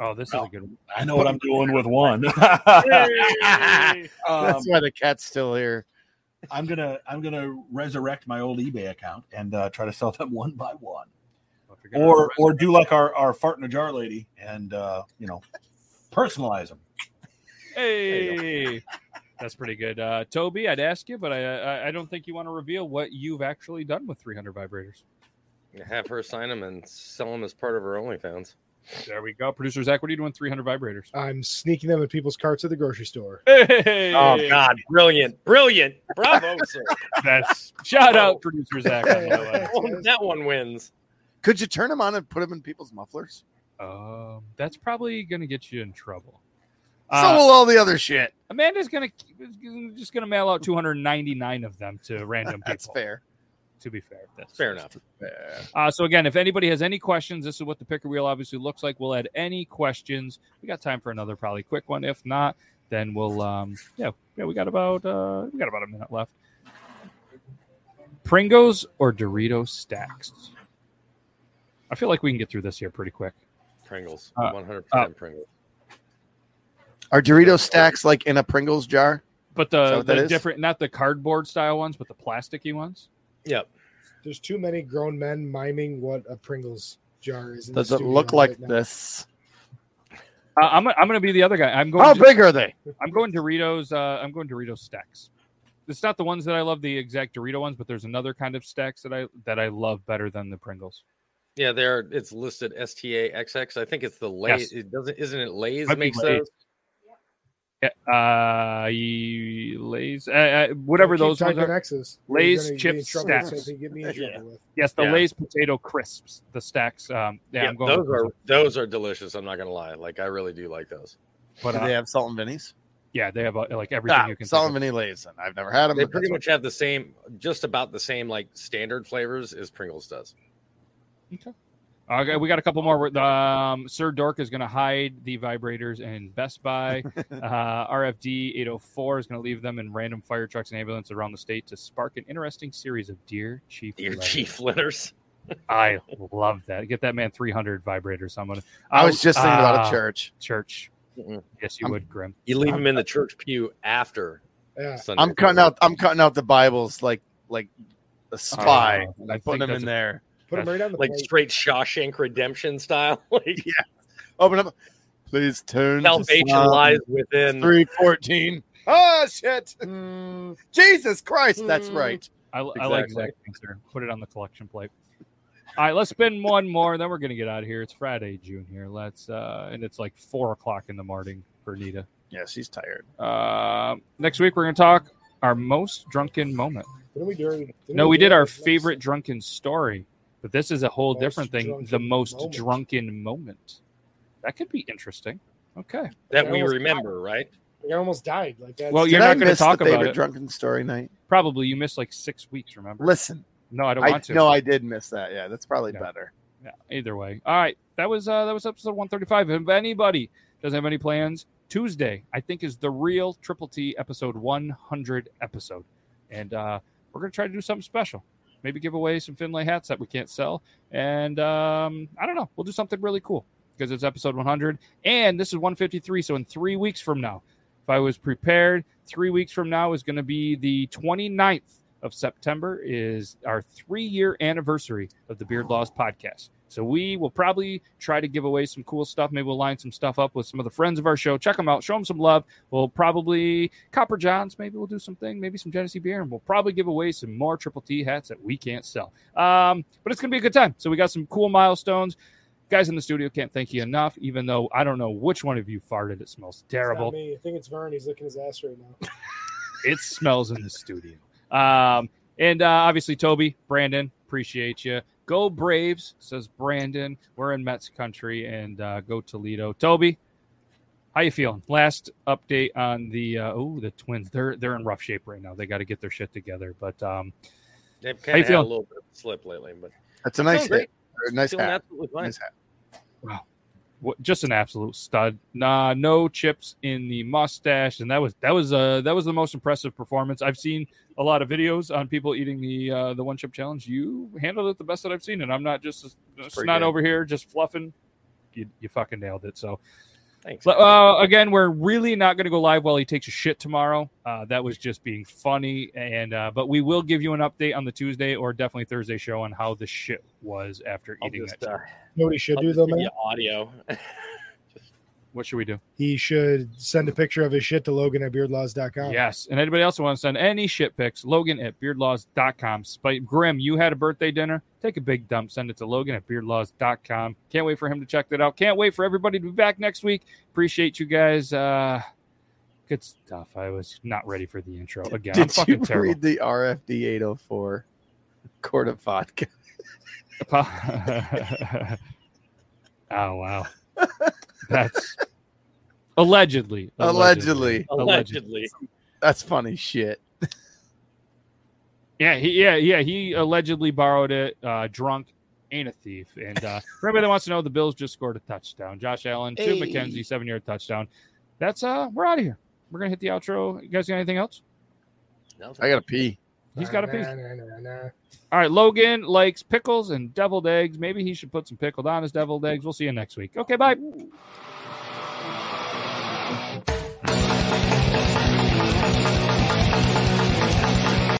Oh, this is a good
I know what I'm doing with one.
one.
[laughs] Um,
That's why the cat's still here.
I'm gonna I'm gonna resurrect my old eBay account and uh, try to sell them [laughs] one by one,
Oh,
or or do like our our fart in a jar lady and uh, you know personalize them.
hey, that's pretty good. Uh, Toby, I'd ask you, but I, I I don't think you want to reveal what you've actually done with 300 vibrators.
Have her sign them and sell them as part of her OnlyFans.
There we go. Producer Zach, what are you doing? 300 vibrators.
I'm sneaking them in people's carts at the grocery store.
Hey!
Oh God, brilliant, brilliant, bravo, [laughs] sir.
That's shout out producer Zach. by the
Oh, that one wins.
Could you turn them on and put them in people's mufflers?
way. Um, that's probably gonna get you in trouble.
so
Uh,
will all the other shit.
Amanda's gonna is just gonna mail out 299 of them to random people.
That's fair.
To be fair, that's
Fair enough.
Uh, so again, if anybody has any questions, this is what the picker wheel obviously looks like. We'll add any questions. We got time for another probably quick one. If not, then we'll um yeah yeah we got about uh we got about a minute left. Pringles or Doritos stacks. I feel like we can get through this here pretty quick.
Pringles,
Uh,
one hundred
uh,
percent Pringles.
Are Dorito stacks like in a Pringles jar?
But the,
So what that
the
is?
different not the cardboard style ones, but the plasticky ones.
Yep.
There's too many grown men miming what a Pringles jar is. in the
Does it
studio
look like
right now.
this?
Uh, I'm I'm gonna be the other guy. I'm going.
How
to-
big are they?
I'm going Doritos. Uh, I'm going Doritos stacks. It's not the ones that I love, the exact Dorito ones, but there's another kind of stacks that I that I love better than the Pringles.
Yeah, there it's listed STAXX. I think it's the Lay's.
Yes.
It doesn't, isn't it? Lay's
Might be
makes
Lay's.
those.
Yeah, uh, y- Lay's, uh, uh, whatever
Keep
those ones
typing
are.
X's. You're
Lay's
gonna get
chip
in trouble with
stacks.
something you get me in
Yeah.
trouble with.
Yes, the
Yeah.
Lay's potato crisps, the stacks. Um, yeah,
Yeah,
I'm going.
those
with
are those are delicious. I'm not gonna lie. Like I really do like those.
but
Do
uh,
they have salt and Vinny's?
yeah, they have uh, like everything
Ah,
you can.
salt and
think of.
Vinny Lay's. then. I've never had them.
They
but that's
pretty much have the same, just about the same like standard flavors as Pringles does.
Okay, we got a couple more. Um, Sir Dork is going to hide the vibrators in
[laughs]
Best Buy. Uh, RFD 804 is going to leave them in random fire trucks and ambulances around the state to spark an interesting series of Dear Chief.
Your [laughs]
letters.
chief letters.
I love that. Get that man 300 vibrators. Someone.
I was just thinking about
Ah,
a church.
Church.
Mm-mm.
Yes, you
I'm-
would, Grim.
You leave
I'm-
them
Uh,
in the church pew after
Yeah.
Sunday.
I'm cutting out. I'm cutting out the Bibles like like a spy.
Oh,
and
I
putting
think
them
that's
in
a-
there.
Put
Uh,
them right on the
like
plate.
straight Shawshank Redemption style. [laughs] like
Open up. Please turn. to
salvation
Psalm
lies within.
314. Oh shit. Hmm. Jesus Christ, that's right.
I, I like
Exactly.
Zach Spencer. Put it on the collection plate. All right, let's spin one more. Then we're gonna get out of here. It's Friday, June here. Let's uh, and it's like four o'clock in the morning for Nita.
Yeah, she's tired.
Uh, next week we're gonna talk our most drunken moment.
What are we doing? Didn't
No, we
do
did our
last
favorite drunken story, but this is a whole
Most
different thing.
drunken
The most
moment.
drunken moment. That could be interesting. Okay.
that
I
we
almost
remember, right?
I almost died. Like that.
Well, you're
Did I
not gonna
miss
talk
the
about
favorite
it.
drunken story night?
Probably you missed like six weeks. Remember?
Listen,
No, I don't
I
want to.
no, I did miss that. Yeah, that's probably
Yeah.
better.
Yeah, either way. All right. That was uh that was episode 135. If anybody doesn't have any plans, Tuesday, I think, is the real Triple T episode 100 episode. And uh we're gonna try to do something special. Maybe give away some Finlay hats that we can't sell. And um I don't know. We'll do something really cool because it's episode 100 and this is 153. So in three weeks from now, if I was prepared, three weeks from now is going to be the 29th of September is our three year anniversary of the Beard Laws podcast. So we will probably try to give away some cool stuff. Maybe we'll line some stuff up with some of the friends of our show. Check them out. Show them some love. We'll probably Copper Johns. Maybe we'll do something. Maybe some Genesee beer, and we'll probably give away some more Triple T hats that we can't sell. Um, but it's gonna be a good time. So we got some cool milestones. Guys in the studio can't thank you enough. Even though I don't know which one of you farted, it smells
It's not
terrible
me. I think it's Vern. He's licking his ass right now.
it smells in the studio. Um, and uh, obviously, Toby, Brandon, appreciate you. Go Braves, says Brandon. We're in Mets country, and uh, go Toledo. Toby, how you feeling? Last update on the uh, oh, the Twins. They're they're in rough shape right now. They got to get their shit together. But um,
They've
you
kind of had a
feeling?
little bit of a slip lately, but
That's a nice
Sounds great.
hit. Or a nice
feeling
hat.
absolutely fine.
Nice hat.
what, just an absolute stud. Nah, no chips in the mustache, and that was that was uh that was the most impressive performance I've seen. A lot of videos on people eating the uh, the one chip challenge. You handled it the best that I've seen, and I'm not just it's
pretty
not
good.
over here just fluffing. You, you fucking nailed it. So
Thanks.
but, uh, again, we're really not going to go live while he takes a shit tomorrow. Uh, that was just being funny, and uh, but we will give you an update on the Tuesday or definitely Thursday show on how the shit was after
I'll
eating
just,
that.
uh,
Nobody should
I'll
do
just [laughs]
though,
give
man.
you audio.
What should we do?
He should send a picture of his shit to Logan at beardlaws.com.
Yes. And anybody else want to send any shit pics? Logan at beardlaws.com. Spite Grim, you had a birthday dinner. Take a big dump. Send it to Logan at beardlaws.com. Can't wait for him to check that out. Can't wait for everybody to be back next week. Appreciate you guys. Uh, good stuff. I was not ready for the intro again. I'm
Did you
fucking terrible.
read the RFD 804 quart oh of vodka? [laughs]
Apo- [laughs] oh wow,
[laughs]
that's allegedly.
Allegedly.
Allegedly.
That's funny shit.
Yeah, he, yeah, yeah. He allegedly borrowed it. Uh, drunk, ain't a thief. And uh, for anybody that wants to know, the Bills just scored a touchdown. Josh Allen, two
Hey.
McKenzie, seven-yard touchdown. That's uh, we're out of here. We're gonna hit the outro. You guys got anything else?
No.
I gotta pee.
He's got a piece.
Nah, nah, nah, nah.
All right, Logan likes pickles and deviled eggs. Maybe he should put some pickled on his deviled eggs. We'll see you next week. Okay, bye.